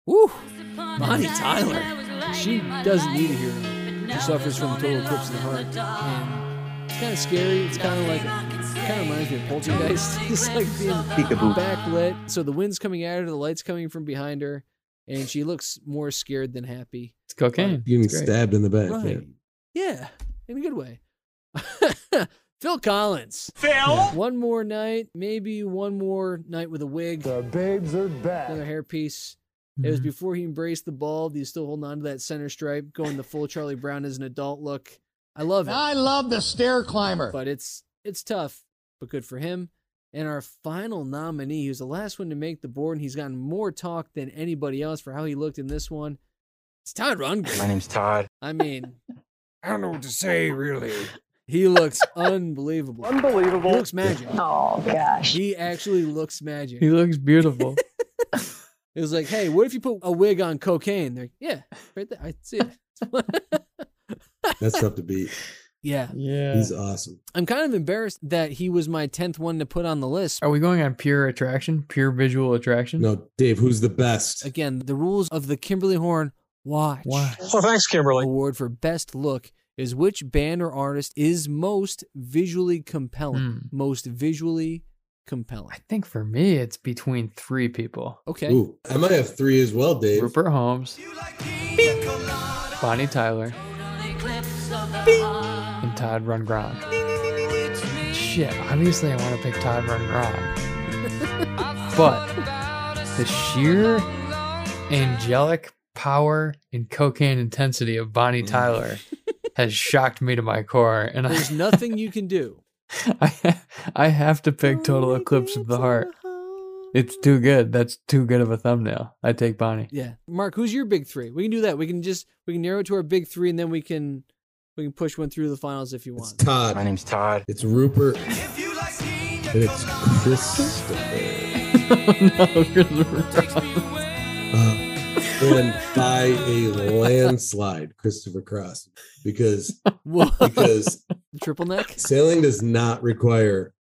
Speaker 9: woo, Bonnie Tyler. She doesn't need a hero. She suffers from total eclipse of the heart, and it's kind of scary. It's kind of like, kind of reminds me of Poltergeist. it's like being
Speaker 16: Peekaboo.
Speaker 9: backlit, so the wind's coming at her, the light's coming from behind her, and she looks more scared than happy.
Speaker 10: It's
Speaker 11: cocaine.
Speaker 10: Getting
Speaker 11: It's great.
Speaker 10: stabbed in the back.
Speaker 9: Right.
Speaker 10: yeah.
Speaker 9: Yeah, in a good way. Phil Collins.
Speaker 18: Phil?
Speaker 9: One more night, maybe one more night with a wig. The babes are back. Another hairpiece. It was
Speaker 11: Mhm.
Speaker 9: before he embraced the bald. He's still holding on to that center stripe, going the full Charlie Brown as an adult look. I love it. I love the stair climber. But it's it's tough, but good for him. And our final nominee, who's the last one to make the board, and he's gotten more talk than anybody else for how he looked in this one. It's Todd Rundgren.
Speaker 3: My name's Todd.
Speaker 9: I mean,
Speaker 3: I don't know what to say, really.
Speaker 9: He looks unbelievable. Unbelievable. He looks magic.
Speaker 1: Oh gosh.
Speaker 9: He actually looks magic.
Speaker 11: He looks beautiful.
Speaker 9: It was like, hey, what if you put a wig on cocaine? They're like, yeah, right there. I see it.
Speaker 10: That's tough to beat.
Speaker 9: yeah.
Speaker 11: Yeah.
Speaker 10: He's awesome.
Speaker 9: I'm kind of embarrassed that he was my 10th one to put on the list.
Speaker 11: Are we going on pure attraction, pure visual attraction?
Speaker 10: No, Dave, who's the best?
Speaker 9: Again, the rules of the Kimberly Horn Watch.
Speaker 11: Watch.
Speaker 9: Oh, thanks, Kimberly. Award for Best Look is which band or artist is most visually compelling?
Speaker 11: Hmm.
Speaker 9: Most visually compelling.
Speaker 11: I think for me, it's between three people.
Speaker 9: Okay.
Speaker 10: Ooh, I might have three as well, Dave.
Speaker 11: Rupert Holmes, Bonnie Tyler, and Todd Rundgren. Shit, obviously I want to pick Todd Rundgren. but the sheer angelic power and cocaine intensity of Bonnie Tyler has shocked me to my core, and I,
Speaker 9: There's nothing you can do.
Speaker 11: I have to pick
Speaker 9: Oh
Speaker 11: Total Eclipse of the Heart. It's too good. That's too good of a thumbnail. I take Bonnie.
Speaker 9: Yeah. Mark, who's your big three? We can do that. We can just we can narrow it to our big three and then we can we can push one through the finals if you want.
Speaker 10: Todd.
Speaker 3: My name's Todd.
Speaker 10: It's Rupert. And it's Christopher.
Speaker 11: no, Christopher.
Speaker 10: and by a landslide, Christopher Cross, because
Speaker 9: Whoa.
Speaker 10: because
Speaker 9: Triple neck?
Speaker 10: sailing does not require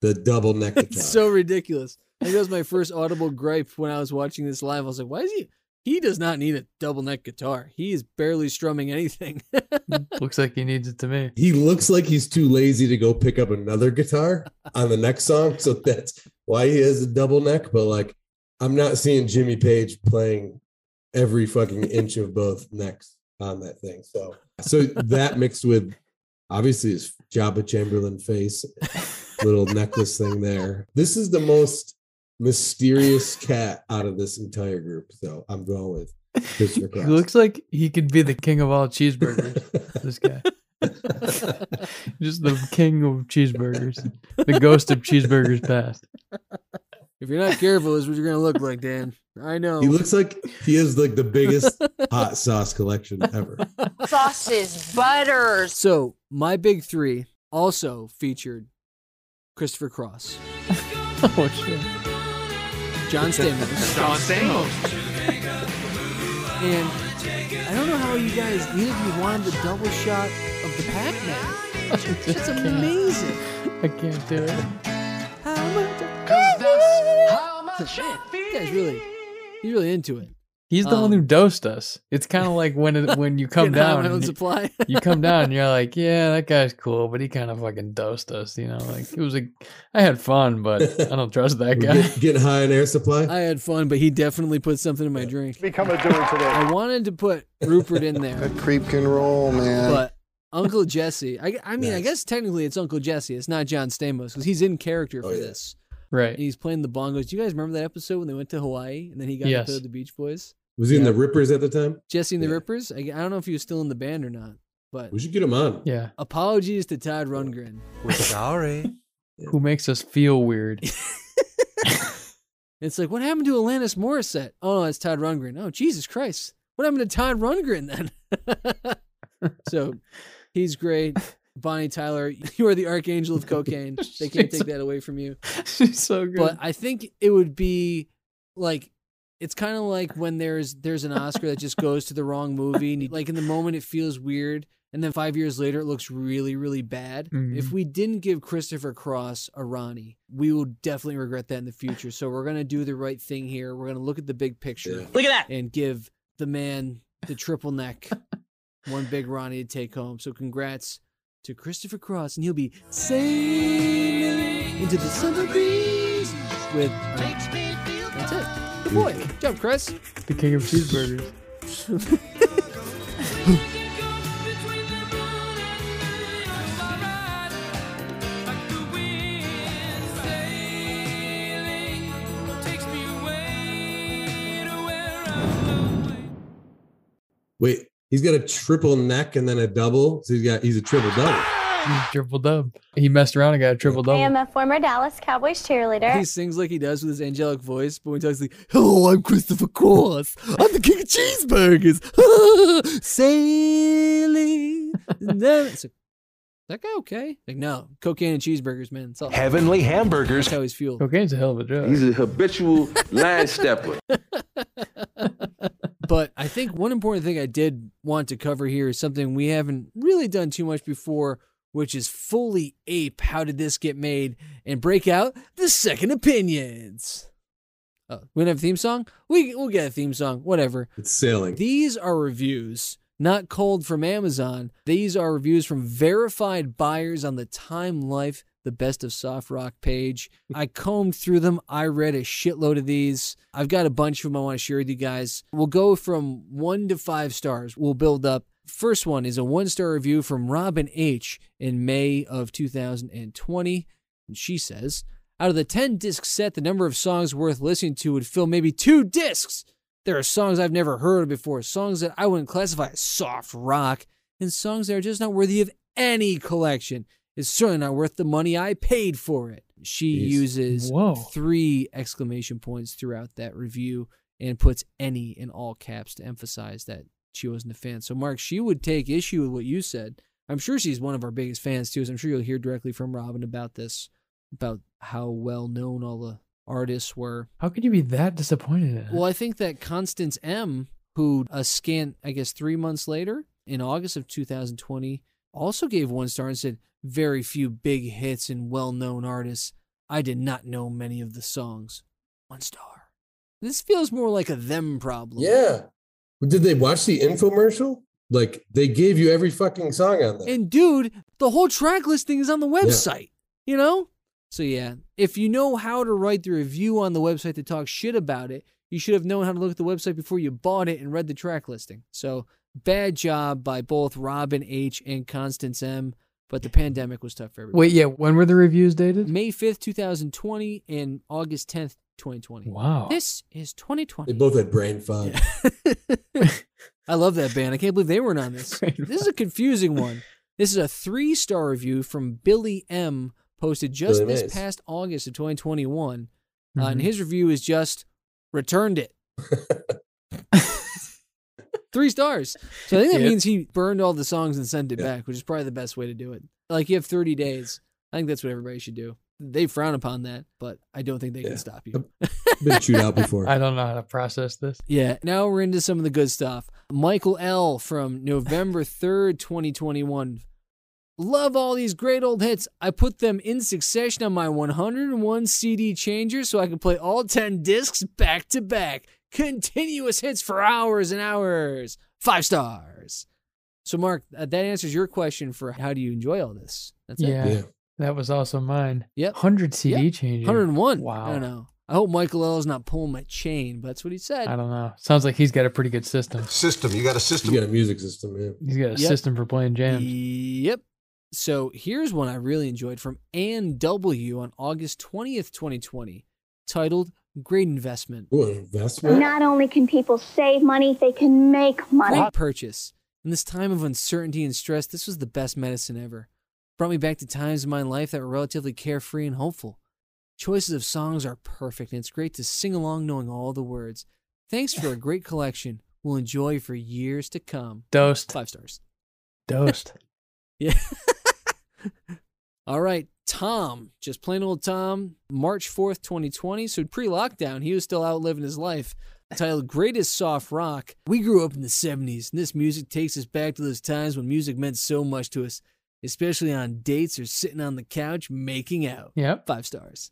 Speaker 10: the double neck attack.
Speaker 9: It's so ridiculous. I think that was my first audible gripe when I was watching this live. I was like, why is he He does not need a double neck guitar. He is barely strumming anything.
Speaker 11: Looks like he needs it to me.
Speaker 10: He looks like he's too lazy to go pick up another guitar on the next song, so that's why he has a double neck. But like, I'm not seeing Jimmy Page playing every fucking inch of both necks on that thing. So, so that mixed with obviously his Jabba Chamberlain face, little necklace thing there. This is the most mysterious cat out of this entire group. So I'm going with Chris
Speaker 11: He
Speaker 10: Cross.
Speaker 11: looks like he could be the king of all cheeseburgers. this guy. Just the king of cheeseburgers. The ghost of cheeseburgers past.
Speaker 9: if you're not careful, is what you're gonna look like, Dan. I know.
Speaker 10: He looks like he is like the biggest hot sauce collection ever.
Speaker 1: Sauces, butters.
Speaker 9: So my big three also featured Christopher Cross.
Speaker 11: oh shit.
Speaker 9: John Stamos.
Speaker 8: John Stamos.
Speaker 9: and I don't know how you guys neither of you wanted the double shot of the Pac-Man. That's amazing.
Speaker 11: I can't do it.
Speaker 9: You guys really he's really into it.
Speaker 11: He's the
Speaker 9: Um,
Speaker 11: one who dosed us. It's kind of like when it, when you come
Speaker 9: Getting high on my
Speaker 11: down,
Speaker 9: own
Speaker 11: and you-
Speaker 9: supply.
Speaker 11: you come down, and you're like, yeah, that guy's cool, but he kind of fucking dosed us. You know, like it was like I had fun, but I don't trust that guy.
Speaker 10: Get- getting high on air supply.
Speaker 9: I had fun, but he definitely put something in my drink.
Speaker 5: Become a doer today.
Speaker 9: I wanted to put Rupert in there. That
Speaker 18: creep can roll, man.
Speaker 9: But Uncle Jesse, I, I mean, I guess technically it's Uncle Jesse. It's not John Stamos because he's in character for this.
Speaker 11: Right.
Speaker 9: And he's playing the bongos. Do you guys remember that episode when they went to Hawaii and then he got
Speaker 10: Yes.
Speaker 9: to play with the Beach Boys?
Speaker 10: Was he in
Speaker 9: Yeah.
Speaker 10: the Rippers at the time?
Speaker 9: Jesse and the Rippers? I, I don't know if he was still in the band or not, but
Speaker 10: We should get him on.
Speaker 11: Yeah.
Speaker 9: apologies to Todd Rundgren.
Speaker 11: We're sorry. Who makes us feel weird?
Speaker 9: It's like, what happened to Alanis Morissette? Oh, it's Todd Rundgren. Oh, Jesus Christ. What happened to Todd Rundgren then? so he's great. Bonnie Tyler, you are the archangel of cocaine. They can't take that away from you.
Speaker 11: She's so good.
Speaker 9: But I think it would be like it's kind of like when there's there's an Oscar that just goes to the wrong movie and you- like in the moment it feels weird and then 5 years later it looks really really bad.
Speaker 11: Mhm.
Speaker 9: If we didn't give Christopher Cross a Ronnie, we will definitely regret that in the future. So we're going to do the right thing here. We're going to look at the big picture.
Speaker 8: Look at that.
Speaker 9: And give the man the triple neck one big Ronnie to take home. So congrats to Christopher Cross, and he'll be sailing into the summer breeze with. uh, that's it. Good boy. Good job, Chris.
Speaker 11: the king of cheeseburgers.
Speaker 10: Wait, he's got a triple neck and then a double. So he's got he's a triple double.
Speaker 11: triple dub. He messed around and got a triple
Speaker 22: I
Speaker 11: double.
Speaker 22: am a former Dallas Cowboys cheerleader.
Speaker 9: He sings like he does with his angelic voice, but when he talks, he's like, "Hello, I'm Christopher Cross. I'm the king of cheeseburgers." Sailing. down-" It's like, that guy okay? Like, no, cocaine and cheeseburgers, man. It's all
Speaker 21: Heavenly hamburgers.
Speaker 9: That's how he's fueled.
Speaker 11: Cocaine's a hell of a drug.
Speaker 21: He's a habitual line stepper.
Speaker 9: but I think one important thing I did want to cover here is something we haven't really done too much before, which is fully ape how did this get made and break out the second opinions. Oh, we don't have a theme song? We, we'll get a theme song, whatever.
Speaker 10: It's sailing.
Speaker 9: These are reviews, not cold from Amazon. These are reviews from verified buyers on the Time Life, the best of soft rock page. I combed through them. I read a shitload of these. I've got a bunch of them I want to share with you guys. We'll go from one to five stars. We'll build up. First one is a one star review from Robin H. in May of 2020. And she says, out of the 10 disc set, the number of songs worth listening to would fill maybe two discs. There are songs I've never heard before, songs that I wouldn't classify as soft rock, and songs that are just not worthy of any collection. It's certainly not worth the money I paid for it. She
Speaker 11: Jeez.
Speaker 9: uses
Speaker 11: Whoa.
Speaker 9: three exclamation points throughout that review and puts any in all caps to emphasize that she wasn't a fan. So, Mark, she would take issue with what you said. I'm sure she's one of our biggest fans, too, so I'm sure you'll hear directly from Robin about this, about how well known all the artists were.
Speaker 11: How could you be that disappointed in it?
Speaker 9: Well, I think that Constance M, who a scant, I guess, three months later in August of 2020, also gave one star and said, "Very few big hits and well-known artists. I did not know many of the songs." One star. This feels more like a them problem.
Speaker 10: Yeah. Did they watch the infomercial? Like they gave you every fucking song on that.
Speaker 9: And dude, the whole track listing is on the website. You know? So yeah, if you know how to write the review on the website to talk shit about it, you should have known how to look at the website before you bought it and read the track listing. So bad job by both Robin H and Constance M. But the pandemic was tough for everybody.
Speaker 11: Wait, yeah. When were the reviews dated?
Speaker 9: May fifth, two thousand twenty, and August tenth, twenty twenty.
Speaker 11: Wow.
Speaker 9: This is twenty twenty.
Speaker 10: They both had brain fog.
Speaker 9: I love that band. I can't believe they weren't on this.
Speaker 11: Mhm.
Speaker 9: This is a confusing one. This is a three star review from Billy M, posted just
Speaker 10: Billy
Speaker 9: this
Speaker 10: Mays.
Speaker 9: past August of 2021. Uh,
Speaker 11: Mm-hmm.
Speaker 9: and
Speaker 10: Mhm.
Speaker 9: his review is just returned it. three stars. So I think that
Speaker 10: Yeah.
Speaker 9: means he burned all the songs and sent it
Speaker 10: Yeah.
Speaker 9: back, which is probably the best way to do it. Like you have 30 days. I think that's what everybody should do. They frown upon that, but I don't think they can stop you.
Speaker 10: Been chewed out before.
Speaker 11: I don't know how to process this.
Speaker 9: Yeah, now we're into some of the good stuff. Michael L. from November 3rd, 2021. Love all these great old hits. I put them in succession on my 101 CD changer so I can play all 10 discs back to back. Continuous hits for hours and hours. Five stars. So, Mark, uh, that answers your question for how do you enjoy all this? That's it.
Speaker 11: yeah, That was also mine.
Speaker 9: Yep.
Speaker 11: 100 CD changes.
Speaker 9: 101.
Speaker 11: Wow.
Speaker 9: I don't know. I hope Michael L. is not pulling my chain, but that's what he said.
Speaker 11: I don't know. Sounds like he's got a pretty good system.
Speaker 10: System. You got a system. You got a music system, yeah.
Speaker 11: He's got a
Speaker 9: Yep.
Speaker 11: system for playing jams.
Speaker 9: Yep. So here's one I really enjoyed from Ann W on August 20th, 2020, titled Great Investment.
Speaker 10: Ooh, an investment.
Speaker 22: Not only can people save money, they can make money.
Speaker 9: Great purchase. In this time of uncertainty and stress, this was the best medicine ever. Brought me back to times in my life that were relatively carefree and hopeful. Choices of songs are perfect, and it's great to sing along knowing all the words. Thanks for a great collection. We'll enjoy for years to come.
Speaker 11: Dosed.
Speaker 9: Five stars.
Speaker 11: Dosed.
Speaker 9: Yeah. All right, Tom, just plain old Tom, March 4th, 2020. So pre lockdown, he was still out living his life. Titled Greatest Soft Rock. We grew up in the 70s, and this music takes us back to those times when music meant so much to us, especially on dates or sitting on the couch making out.
Speaker 11: Yep.
Speaker 9: Five stars.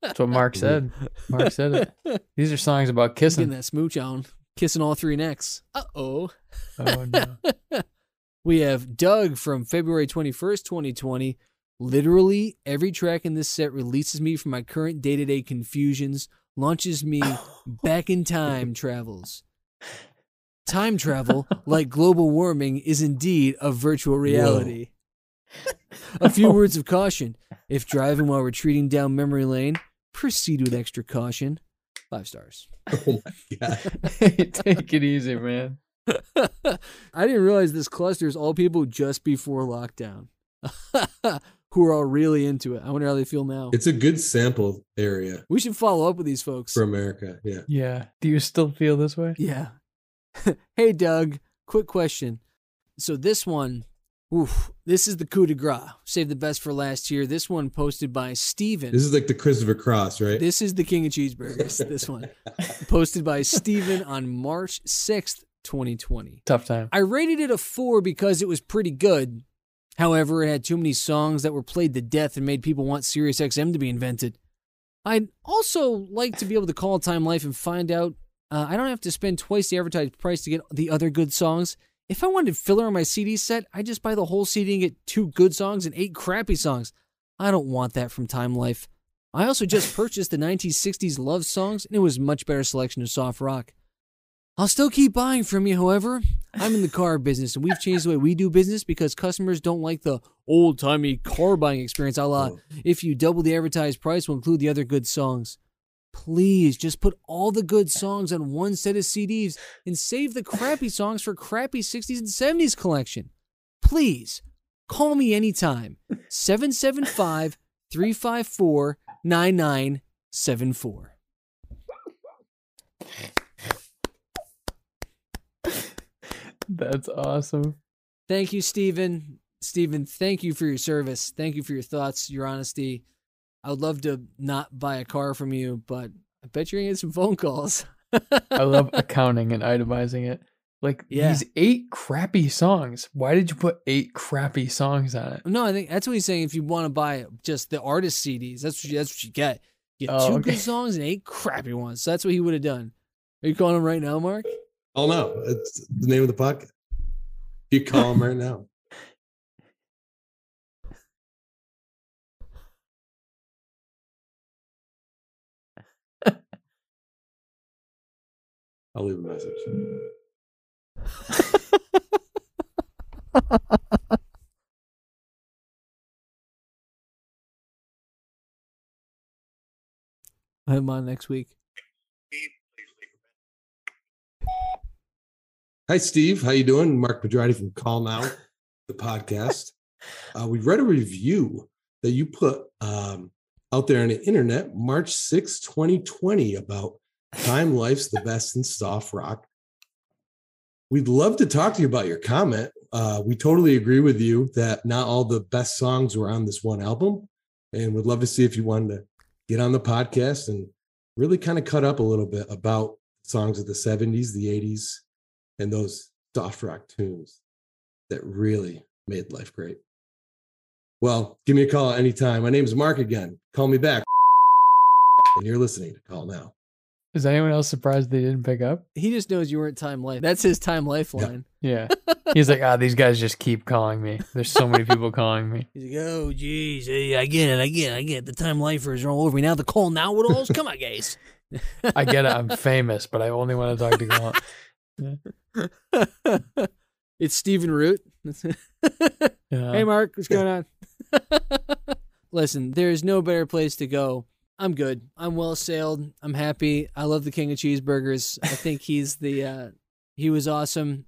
Speaker 11: That's what Mark said. Mark said it. These are songs about kissing.
Speaker 9: Getting that smooch on, kissing all three necks. Uh oh.
Speaker 11: Oh, no.
Speaker 9: We have Doug from February 21st, 2020. Literally, every track in this set releases me from my current day to day confusions, launches me back in time travels. Time travel, like global warming, is indeed a virtual reality. A few words of caution. If driving while retreating down memory lane, proceed with extra caution. Five stars.
Speaker 10: Oh my god.
Speaker 11: Take it easy, man.
Speaker 9: I didn't realize this cluster is all people just before lockdown who are all really into it. I wonder how they feel now.
Speaker 10: It's a good sample area
Speaker 9: we should follow up with these folks.
Speaker 10: for America. Yeah.
Speaker 11: Yeah. Do you still feel this way?
Speaker 9: Yeah. hey, Doug, quick question. So this one, oof, this is the coup de grace. Save the best for last year. This one posted by Steven.
Speaker 10: This is like the Christopher Cross, right?
Speaker 9: This is the King of Cheeseburgers. This one, posted by Steven on March 6th, 2020.
Speaker 11: Tough time.
Speaker 9: I rated it a four because it was pretty good. However, it had too many songs that were played to death and made people want Sirius XM to be invented. I'd also like to be able to call Time Life and find out uh, I don't have to spend twice the advertised price to get the other good songs. If I wanted filler on my CD set, I'd just buy the whole CD and get two good songs and eight crappy songs. I don't want that from Time Life. I also just purchased the 1960s love songs, and it was much better selection of soft rock. I'll still keep buying from you, however. I'm in the car business, and we've changed the way we do business because customers don't like the old timey car buying experience a la if you double the advertised price, we'll include the other good songs. Please just put all the good songs on one set of CDs and save the crappy songs for crappy 60s and 70s collection. Please call me anytime 775 354 9974.
Speaker 11: That's awesome.
Speaker 9: Thank you, Stephen. Stephen, thank you for your service. Thank you for your thoughts, your honesty. I would love to not buy a car from you, but I bet you're gonna get some phone calls.
Speaker 11: I love accounting and itemizing it. Like
Speaker 9: Yeah.
Speaker 11: these eight crappy songs. Why did you put eight crappy songs on it?
Speaker 9: No, I think that's what he's saying. If you want to buy just the artist CDs, that's what you, that's what you get. You Get two
Speaker 11: Oh, okay.
Speaker 9: good songs and eight crappy ones. So that's what he would have done. Are you calling him right now, Mark?
Speaker 10: Oh no, it's the name of the podcast. You call him right now. I'll leave a message.
Speaker 9: I have him on next week.
Speaker 10: Hi, Steve. How you doing? Mark Pedrotti from Call Now, the podcast. Uh, we read a review that you put um, out there on the internet, March 6, 2020, about Time Life's the best in soft rock. We'd love to talk to you about your comment. Uh, we totally agree with you that not all the best songs were on this one album, and would love to see if you wanted to get on the podcast and really kind of cut up a little bit about songs of the 70s, the 80s, and those soft rock tunes that really made life great. Well, give me a call anytime. My name's Mark again. Call me back. And you're listening to Call Now.
Speaker 11: Is anyone else surprised they didn't pick up?
Speaker 9: He just knows you weren't time life. That's his time lifeline.
Speaker 11: Yeah. He's like, ah, these guys just keep calling me. There's so many people calling me.
Speaker 9: He's like, oh, geez, hey, I get it, I get it, I get it. The time lifers are all over me now. The call now woodalls, come on, guys.
Speaker 11: I get it. I'm famous, but I only want to talk to Colin.
Speaker 9: it's Stephen Root. Hey, Mark, what's going on? Listen, there is no better place to go. I'm good. I'm well sailed. I'm happy. I love the King of Cheeseburgers. I think he's the uh he was awesome.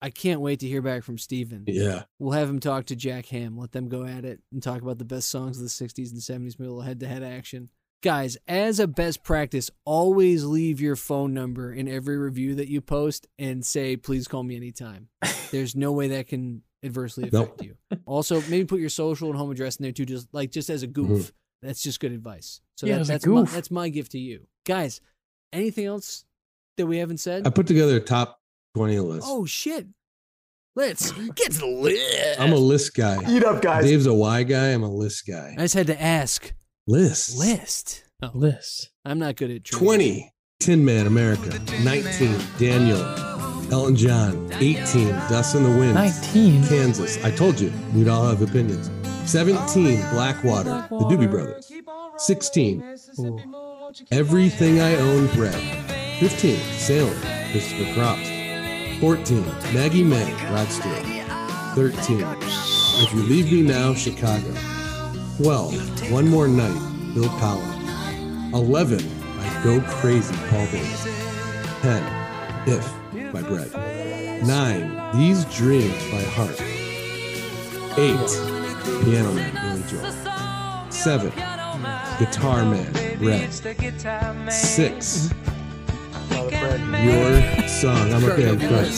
Speaker 9: I can't wait to hear back from Steven.
Speaker 10: Yeah.
Speaker 9: We'll have him talk to Jack Ham. Let them go at it and talk about the best songs of the 60s and 70s, maybe a little head to head action. Guys, as a best practice, always leave your phone number in every review that you post and say, please call me anytime. There's no way that can adversely affect
Speaker 10: Nope.
Speaker 9: you. Also, maybe put your social and home address in there too, just like just as a goof.
Speaker 10: Mhm.
Speaker 9: That's just good advice. So
Speaker 11: Yeah,
Speaker 9: that,
Speaker 11: as a
Speaker 9: that's my,
Speaker 11: goof.
Speaker 9: that's my gift to you, guys. Anything else that we haven't said?
Speaker 10: I put together a top 20 list.
Speaker 9: oh shit! Let's get to the list.
Speaker 10: I'm a list guy.
Speaker 9: Eat up, guys.
Speaker 10: Dave's a Y guy. I'm a list guy.
Speaker 9: I just had to ask.
Speaker 10: List.
Speaker 9: List. Oh,
Speaker 11: list.
Speaker 9: I'm not good at trivia.
Speaker 10: 20, Tin Man America. 19, Daniel. Elton John. 18, Dust in the Wind.
Speaker 11: 19,
Speaker 10: Kansas. I told you, we'd all have opinions. 17, Blackwater. The Doobie Brothers. 16, Everything I Own Brad. 15, Salem. Christopher Cross. 14, Maggie May. Rod Stewart. 13, If You Leave Me Now, Chicago. 12, One More Night, Bill Collins. 11, I Go Crazy, Paul Davis. 10, If, by Brett. 9, These Dreams by Heart. 8, Piano Man, Billy Joel. 7, Guitar Man, Red. 6, Your Song, I'm okay, I'm good.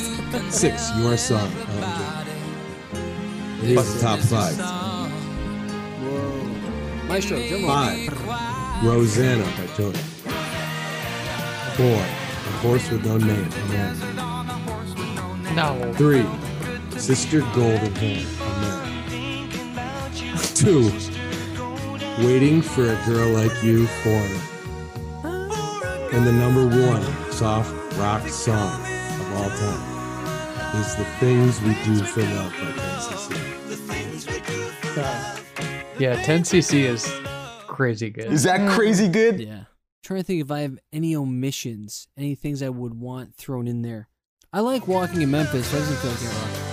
Speaker 10: 6, Your Song, Elton John. Here's the top 5.
Speaker 9: Maestro, drum roll.
Speaker 10: Five, Rosanna by Toto. Four, A Horse with No Name. Amen.
Speaker 11: No.
Speaker 10: Three, Sister Golden Hair. Amen. Two, Waiting for a Girl Like You. Four. And the number one soft rock song of all time is The Things We Do for Love by KCC.
Speaker 11: Yeah, 10cc is crazy good.
Speaker 9: good? Yeah. trying to think if I have any omissions, any things I would want thrown in there. I like walking in Memphis. That doesn't feel like yacht rock.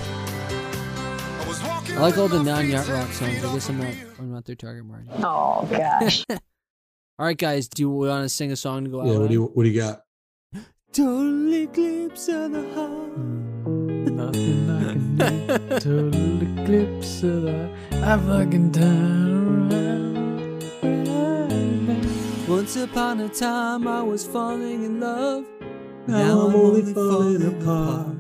Speaker 9: I like all the non-yacht rock songs. I guess I'm not. I'm not their target market.
Speaker 1: Oh, gosh.
Speaker 9: all right, guys. Do we want to sing a song to go out?
Speaker 10: Yeah, what
Speaker 9: on?
Speaker 10: do you, what do you got?
Speaker 9: Total eclipse of the heart.
Speaker 11: Nothing I can do. Total eclipse of the. I fucking turn around.
Speaker 9: Once upon a time, I was falling in love.
Speaker 10: Now I'm only falling apart.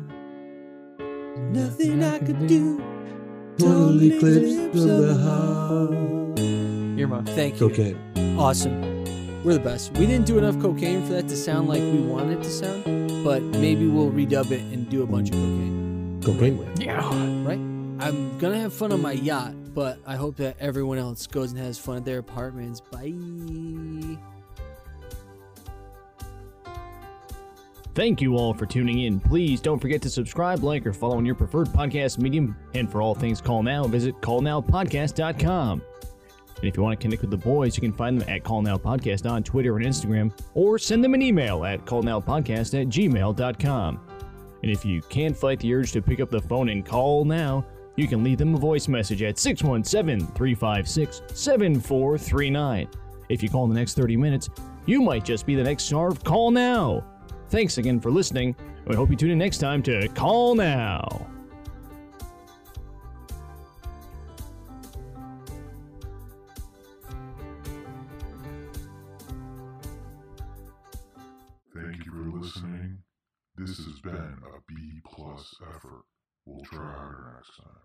Speaker 9: Nothing I could do.
Speaker 10: Total eclipse of the heart.
Speaker 11: Your mom.
Speaker 9: Thank you.
Speaker 10: Cocaine.
Speaker 9: Awesome. We're the best. We didn't do enough cocaine for that to sound like we wanted it to sound, but maybe we'll redub it and do a bunch of cocaine.
Speaker 10: Cocaine.
Speaker 11: Yeah.
Speaker 9: Right? I'm gonna have fun on my yacht, But I hope that everyone else goes and has fun at their apartments. Bye.
Speaker 7: Thank you all for tuning in. Please don't forget to subscribe, like, or follow on your preferred podcast medium. And for all things Call Now, visit callnowpodcast.com. And if you want to connect with the boys, you can find them at Call Now Podcast on Twitter and Instagram, or send them an email at callnowpodcast at gmail.com. And if you can't fight the urge to pick up the phone and call now, you can leave them a voice message at 617 356 7439. If you call in the next 30 minutes, you might just be the next star of Call Now. Thanks again for listening, and we hope you tune in next time to Call Now.
Speaker 8: Thank you for listening. This has been a B plus effort. We'll try harder next time.